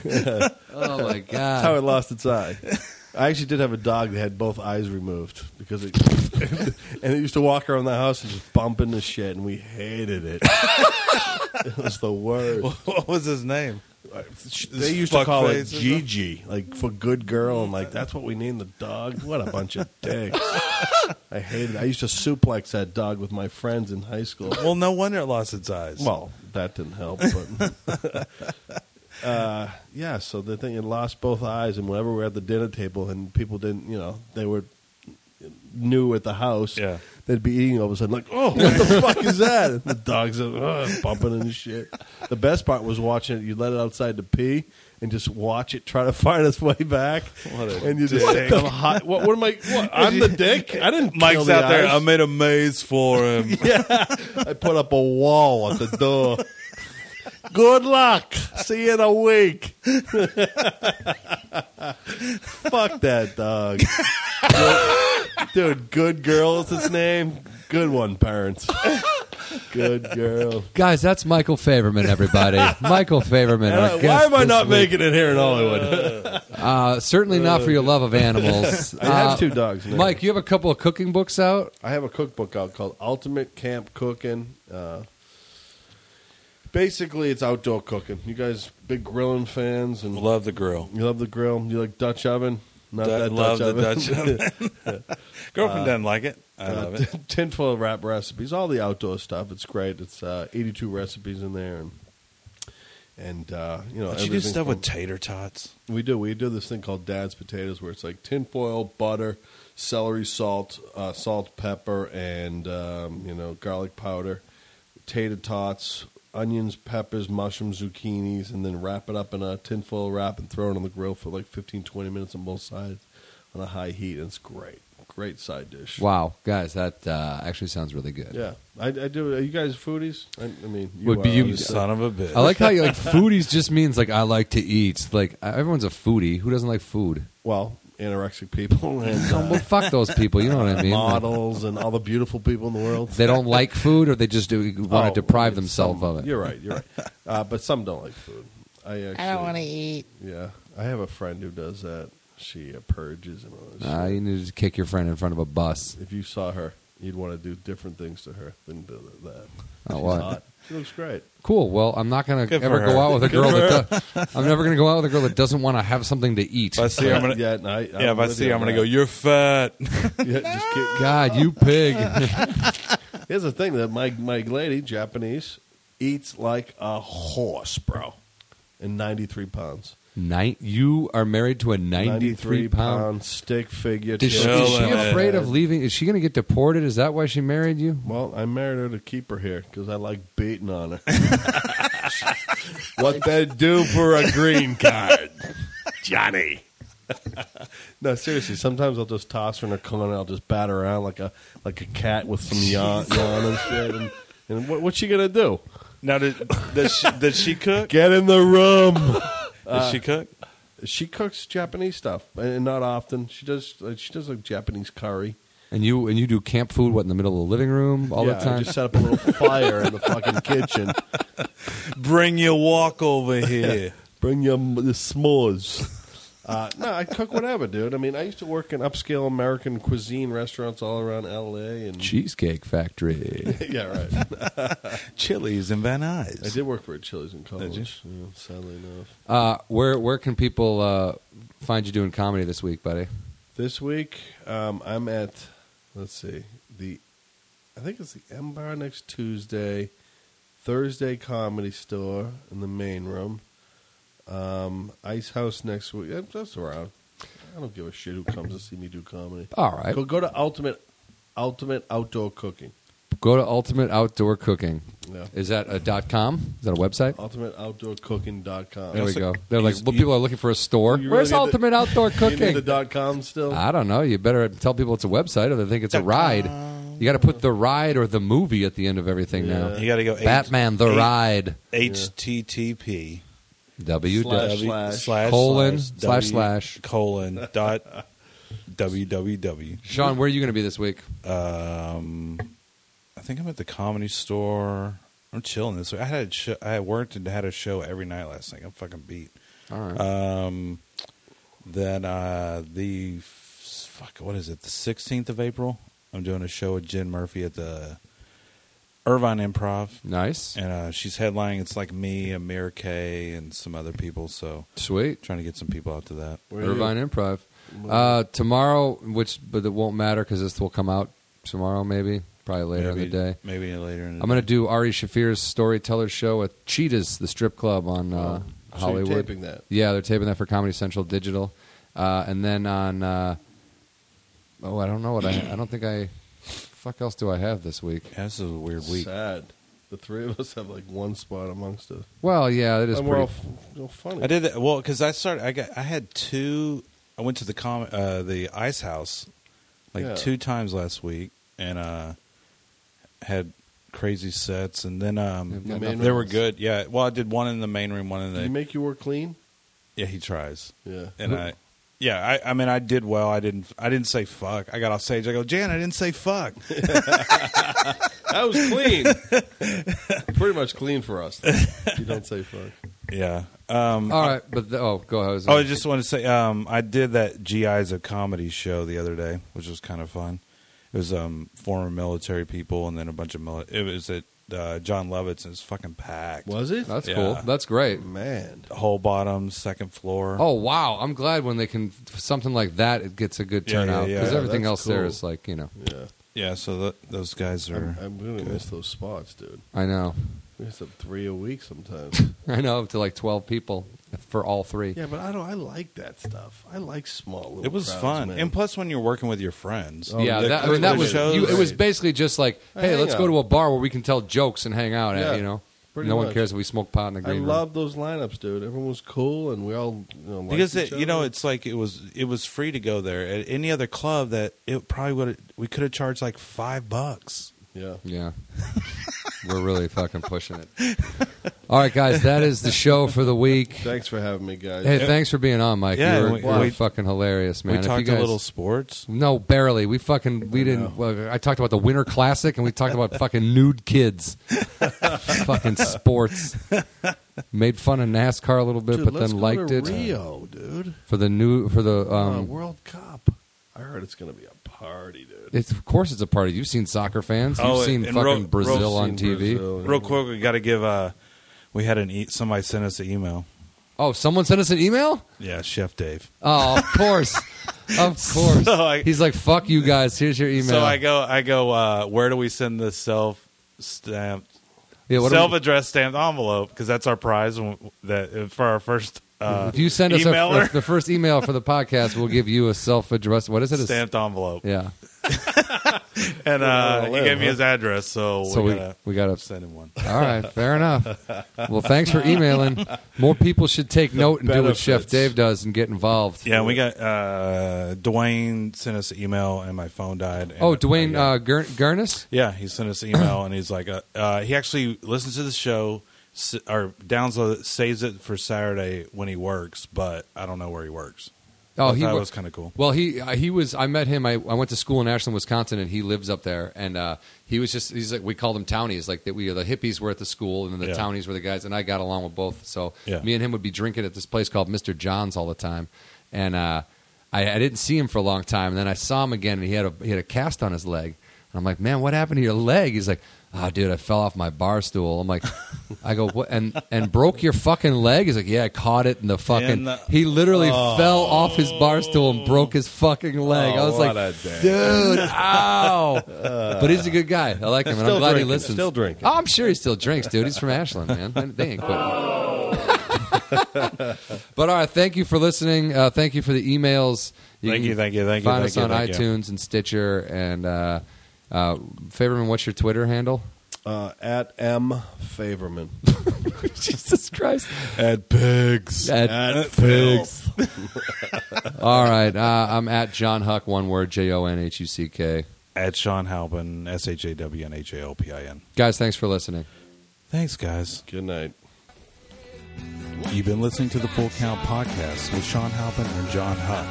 S5: Oh my
S4: That's how
S5: god!
S4: it lost its eye. I actually did have a dog that had both eyes removed because it, and it used to walk around the house and just bump into shit, and we hated it. it was the worst.
S6: what was his name?
S4: they used to call it
S6: fuckface or
S4: Gigi, like for good girl, and like that's what we named the dog. What a bunch of dicks! I hated. It. I used to suplex that dog with my friends in high school.
S6: Well, no wonder it lost its eyes.
S4: Well, that didn't help. But uh, yeah, so the thing it lost both eyes, and whenever we were at the dinner table, and people didn't, you know, they were new at the house.
S6: Yeah.
S4: they'd be eating all of a sudden, like, oh, what the fuck is that? And the dogs are "Ugh," bumping and shit. The best part was watching it. You let it outside to pee. And just watch it try to find its way back,
S6: What a
S4: and you just
S6: dick.
S4: what, the hi- what, what am I? What, I'm the dick. I didn't. kill
S6: Mike's
S4: the
S6: out there.
S4: eyes.
S6: I made a maze for him.
S4: I put up a wall at the door. Good luck. See you in a week. Fuck that dog. Dude, good girl is his name. Good one, parents. Good girl.
S5: Guys, that's Michael Favorman. Everybody, Michael Favorman.
S4: And
S5: our
S4: I- why
S5: guest
S4: am I
S5: this
S4: not
S5: week.
S4: making it here in Hollywood?
S5: Uh, certainly not for your love of animals.
S4: I have
S5: Uh,
S4: two dogs now.
S5: Mike, you have a couple of cooking books out.
S4: I have a cookbook out called Ultimate Camp Cooking. Uh, basically, it's outdoor cooking. You guys, big grilling fans, and
S6: Love the grill.
S4: you love the grill. You like Dutch oven. Not
S6: Du-
S4: that
S6: love
S4: Dutch
S6: the
S4: oven.
S6: Dutch oven. Girlfriend doesn't like it. I
S4: uh,
S6: love it.
S4: tinfoil wrap recipes, all the outdoor stuff. It's great. It's uh, 82 recipes in there, and and uh, you know,
S6: Don't you do
S4: everything
S6: stuff with
S4: from-
S6: tater tots?
S4: we do. We do this thing called Dad's Potatoes, where it's like tinfoil, butter, celery salt, uh, salt, pepper, and um, you know garlic powder, tater tots, onions, peppers, mushrooms, zucchinis, and then wrap it up in a tinfoil wrap and throw it on the grill for like 15, 20 minutes on both sides on a high heat. And it's great, great side dish.
S5: Wow, guys, that uh, actually sounds really good.
S4: Yeah, I, I do. Are you guys foodies? I, I mean, you
S5: Would be
S4: are,
S5: you-
S6: You
S4: obviously.
S6: son of a bitch.
S5: I like how you like foodies just means like I like to eat. Like everyone's a foodie. Who doesn't like food?
S4: well, anorexic people and
S5: Well,
S4: uh,
S5: fuck those people. You know what I mean?
S4: models and all the beautiful people in the world.
S5: They don't like food, or they just do, want
S4: Oh,
S5: to deprive
S4: it's
S5: themselves
S4: some-
S5: of it.
S4: You're right. You're right. Uh, but some don't like food. I, actually,
S8: I don't want to eat.
S4: Yeah, I have a friend who does that. She uh, purges and all this.
S5: Uh,
S4: shit.
S5: you need to kick your friend in front of a bus.
S4: If you saw her, you'd want to do different things to her than do that.
S5: Oh,
S4: She's
S5: what?
S4: hot. She looks great.
S5: Cool. Well, I'm not gonna
S6: Good for
S5: ever
S6: her.
S5: go out with a girl that. do- I'm never gonna go out with a girl that doesn't want to have something to eat.
S6: If I see, her, I'm gonna.
S4: yeah, and I,
S6: yeah, if I see, her, I'm gonna go. You're fat.
S4: Yeah, just kidding.
S5: God, you pig!
S4: Here's the thing that my my lady Japanese eats like a horse, bro, and 93 pounds.
S5: Nine, you are married to a 93 pound.
S4: stick figure.
S5: Does she,
S4: chick.
S5: is she
S6: Chilling.
S5: afraid of leaving? Is she gonna get deported? Is that why she married you?
S4: Well, I married her to keep her here because I like beating on her. what they do for a green card, Johnny? no, seriously. Sometimes I'll just toss her in a corner. and I'll just bat her around like a like a cat with some yawn, yawn and shit. And, and what, what's she gonna do?
S6: Now, did, does she, did she cook?
S4: Get in the room.
S6: did she cook?
S4: she cooks Japanese stuff, uh, and not often. She does. Like, she does like Japanese curry.
S5: And you and you do camp food what in the middle of the living room all
S4: yeah,
S5: the time?
S4: I just set up a little fire in the fucking kitchen.
S6: Bring your walk over here.
S4: Bring your m- the s'mores. Uh, no, I cook whatever, dude. I mean, I used to work in upscale American cuisine restaurants all around L.A. and
S5: Cheesecake Factory.
S4: yeah, right.
S6: Chili's and Van
S4: I
S6: Nuys.
S4: did work for a Chili's in college.
S6: you?
S4: yeah, sadly enough,
S5: Uh, where where can people uh, find you doing comedy this week, buddy?
S4: this week um, I'm at let's see the I think it's the Empire next Tuesday, Thursday Comedy Store in the main room. Um, Ice House next week. That- That's around. I don't give a shit who comes to see me do comedy.
S5: All right,
S4: Go go to Ultimate Ultimate Outdoor Cooking.
S5: go to Ultimate Outdoor Cooking.
S4: Yeah.
S5: Is that a dot com? Is that a website?
S4: UltimateOutdoorCooking.com.
S5: There we
S4: You
S5: go. They're like,
S6: you-
S5: well, people are looking for a store.
S4: really
S5: Where's
S4: need the-
S5: Ultimate Outdoor
S4: need
S5: Cooking?
S4: the dot com still.
S5: I don't know. You better tell people it's a website, or they think it's a ride. You got to put the ride or the movie at the end of everything now.
S6: You got to go. H-
S5: Batman, the
S6: H-
S5: ride.
S6: HTTP.
S5: W
S4: Slash,
S5: W-
S4: slash.
S5: Colon,
S6: W-
S5: slash, slash.
S6: colon dot www.
S5: Sean, where are you going to be this week?
S6: Um, I think I'm at the comedy store. I'm chilling this week. I had sh- I worked and had a show every night last night. I'm fucking beat.
S5: All right.
S4: Uh,
S6: Um, then uh, the f- fuck, what is it? The 16th of April. I'm doing a show with Jen Murphy at the Irvine Improv,
S5: nice.
S6: and uh, she's headlining. It's like me, Amir K, and some other people. So
S5: Sweet.
S6: trying to get some people out to that.
S4: Where are you?
S5: Irvine Improv. Uh, tomorrow, which but it won't matter because this will come out tomorrow, maybe probably later
S6: maybe,
S5: in the day.
S6: Maybe later in the
S5: I'm going to do Ari Shafir's storyteller show at Cheetahs, the strip club on uh,
S4: Oh, So
S5: Hollywood.
S4: You're taping that.
S5: Yeah, they're taping that for Comedy Central Digital, uh, and then on. Uh, oh, I don't know what I. I don't think I. Fuck else do I have this week?
S6: day. Yeah, this is a weird week.
S4: Sad. The three of us have like one spot amongst us.
S5: Well, yeah, that is
S4: and we're all,
S5: pretty.
S4: f- all funny.
S6: I did that well because I started. I got. I had two. I went to the com uh, the Ice House like
S4: Yeah.
S6: two times last week and uh, had crazy sets and then um,
S5: They've got
S4: The main
S6: they
S4: room.
S6: were good. Yeah. Well, I did one in the main room, one in
S4: Did
S6: the
S4: he make you work clean?
S6: yeah. He tries
S4: Yeah.
S6: and I. Yeah, I, I mean, I did well. I didn't. I didn't say fuck. I got off stage. I go, Jan, I didn't say fuck.
S4: That was clean. Pretty much clean for us. You don't say fuck.
S6: yeah. Um,
S5: all right, but the, oh, go ahead.
S6: Oh, I just want to say, um, I did that GI's a comedy show the other day, which was kind of fun. It was um, former military people and then a bunch of mili- it was at uh, John Lovitz and it's fucking packed.
S4: Was it?
S5: that's
S6: yeah.
S5: cool. That's great.
S4: Man.
S6: Whole bottom, second floor.
S5: Oh wow! I'm glad when they can something like that. It gets a good
S6: Yeah, yeah,
S5: turnout
S6: yeah.
S5: because
S6: Yeah,
S5: everything
S4: that's
S5: else there
S4: cool.
S5: is like you know.
S4: Yeah.
S6: yeah. So th those guys are.
S4: I'm, I'm going to miss those spots, dude.
S5: I know,
S4: There's some three a week sometimes.
S5: I know, up to like twelve people for all three.
S4: yeah, but I don't. I like that stuff. I like small. Little
S6: it was
S4: crowds,
S6: fun,
S4: man.
S6: and plus when you're working with your friends,
S5: yeah,
S6: the-
S5: that, I mean, that
S6: the
S5: was
S6: shows-
S5: you, it. Was basically just like,
S4: I
S5: hey,
S4: hang
S5: let's go
S4: out.
S5: to a bar where we can tell jokes and hang out.
S4: Yeah,
S5: at, you know,
S4: pretty
S5: no one
S4: much.
S5: cares if we smoke pot in the
S4: I
S5: green room.
S4: love those lineups, dude. Everyone was cool, and we all you know, liked
S6: because
S4: each
S6: it, you know
S4: other.
S6: it's like it was it was free to go there at any other club that it probably would we could have charged like five bucks.
S4: yeah.
S5: Yeah. We're really fucking pushing it. All right, guys, that is the show for the week.
S4: Thanks for having me, guys.
S5: Hey, thanks for being on, Mike.
S6: Yeah,
S5: you were,
S6: we-
S5: you were
S6: we-
S5: fucking hilarious, man.
S6: we
S5: If
S6: talked
S5: you guys-
S6: a little sports.
S5: No, barely. We fucking we didn't. Well, I talked about the Winter Classic, and we talked about fucking nude kids, fucking sports. Made fun of NASCAR a little bit,
S4: dude,
S5: but
S4: let's
S5: then
S4: go
S5: liked
S4: to
S5: it
S4: Rio, dude.
S5: for the new for the
S4: Uh,
S5: um,
S4: World Cup. I heard it's going to be a party, dude.
S5: It's, of course, it's a party. You've seen soccer fans. You've
S6: Oh,
S5: seen
S6: and
S5: fucking
S6: Ro-
S5: Brazil
S6: Ro's
S5: on
S4: seen
S5: TV.
S4: Brazil.
S6: Real quick, we got to give. Uh, we had an e- somebody sent us an email.
S5: Oh, someone sent us an email.
S6: Yeah, Chef Dave.
S5: Oh, of course, of course.
S6: So I-
S5: He's like, "Fuck you guys. Here's your email."
S6: So I go, I go. Uh, where do we send this self stamped,
S5: yeah, what do we-
S6: self addressed stamped envelope? Because that's our prize when- that for our first uh,
S5: if you send us a,
S6: emailer?
S5: the first email for the podcast, we'll give you a self-addressed. What is it? A s-
S6: stamped envelope.
S5: Yeah.
S6: And uh, he
S4: live,
S6: gave me
S4: huh?
S6: his address, so,
S5: So
S6: we,
S5: we
S6: gotta
S5: we got to
S6: send him one.
S5: All right, fair enough. Well, thanks for emailing. More people should take note and do what Chef
S4: benefits.
S5: Dave does and get involved.
S6: Yeah, and we got uh, Dwayne sent us an email, and my phone died. and
S5: Oh,
S6: I- I
S5: Dwayne
S6: got-
S5: uh, Ger- Gernis?
S6: Yeah, he sent us an email, and he's like, uh, uh, he actually listens to the show s- or downloads it, saves it for Saturday when he works, but I don't know where he works.
S5: Oh,
S6: I
S5: he
S6: thought it
S5: wa-
S6: was kind of cool.
S5: Well, he uh, he was. I met him. I, I went to school in Ashland, Wisconsin, and he lives up there. And uh, he was just. He's like we called him townies. Like that. We the hippies were at the school, and the
S6: Yeah.
S5: townies were the guys. And I got along with both. So
S6: Yeah.
S5: me and him would be drinking at this place called Mister John's all the time. And uh, I, I didn't see him for a long time. And then I saw him again, and he had a he had a cast on his leg. And I'm like, man, what happened to your leg? He's like. Ah, dude, I fell off my bar stool. I'm like, I go, what? And and broke your fucking leg? He's like, yeah, I caught it in the fucking.
S6: In the- Oh.
S5: he literally fell off his bar stool and broke his fucking leg. I was like, dude, ow.
S6: Uh.
S5: but he's a good guy. I like him, and I'm
S4: Still
S5: glad he
S4: drinking,
S5: listens.
S4: still drinking.
S5: Oh, I'm sure he still drinks, dude. He's from Ashland, man. They- They ain't quitting. but all right, thank you for listening. Uh, thank you for the emails.
S6: Thank
S5: can
S6: you, thank you, thank you,
S5: Find
S6: thank
S5: us
S6: you,
S5: on
S6: thank you.
S5: iTunes and Stitcher. And uh, uh, Favorman, what's your Twitter handle?
S4: Uh, at M Favorman.
S5: Jesus Christ.
S4: at pigs.
S5: At
S4: pigs.
S5: All right, uh, I'm at John Huck, one word, J O N H U C K.
S6: At Sean Halpin, S H A W N H A L P I N.
S5: Guys, thanks for listening.
S6: Thanks, guys.
S4: Good night.
S6: You've been listening to the Full Count Podcast with Sean Halpin and John Huck.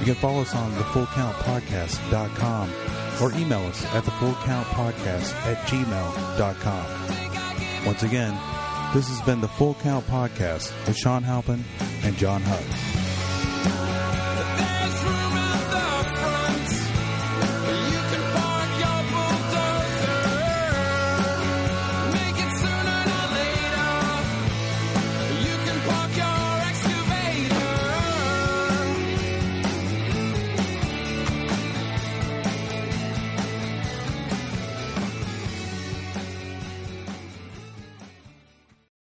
S6: You can follow us on thefullcountpodcast.com or email us at thefullcountpodcast at gmail.com. Once again, this has been the Full Count Podcast with Sean Halpin and John Huck.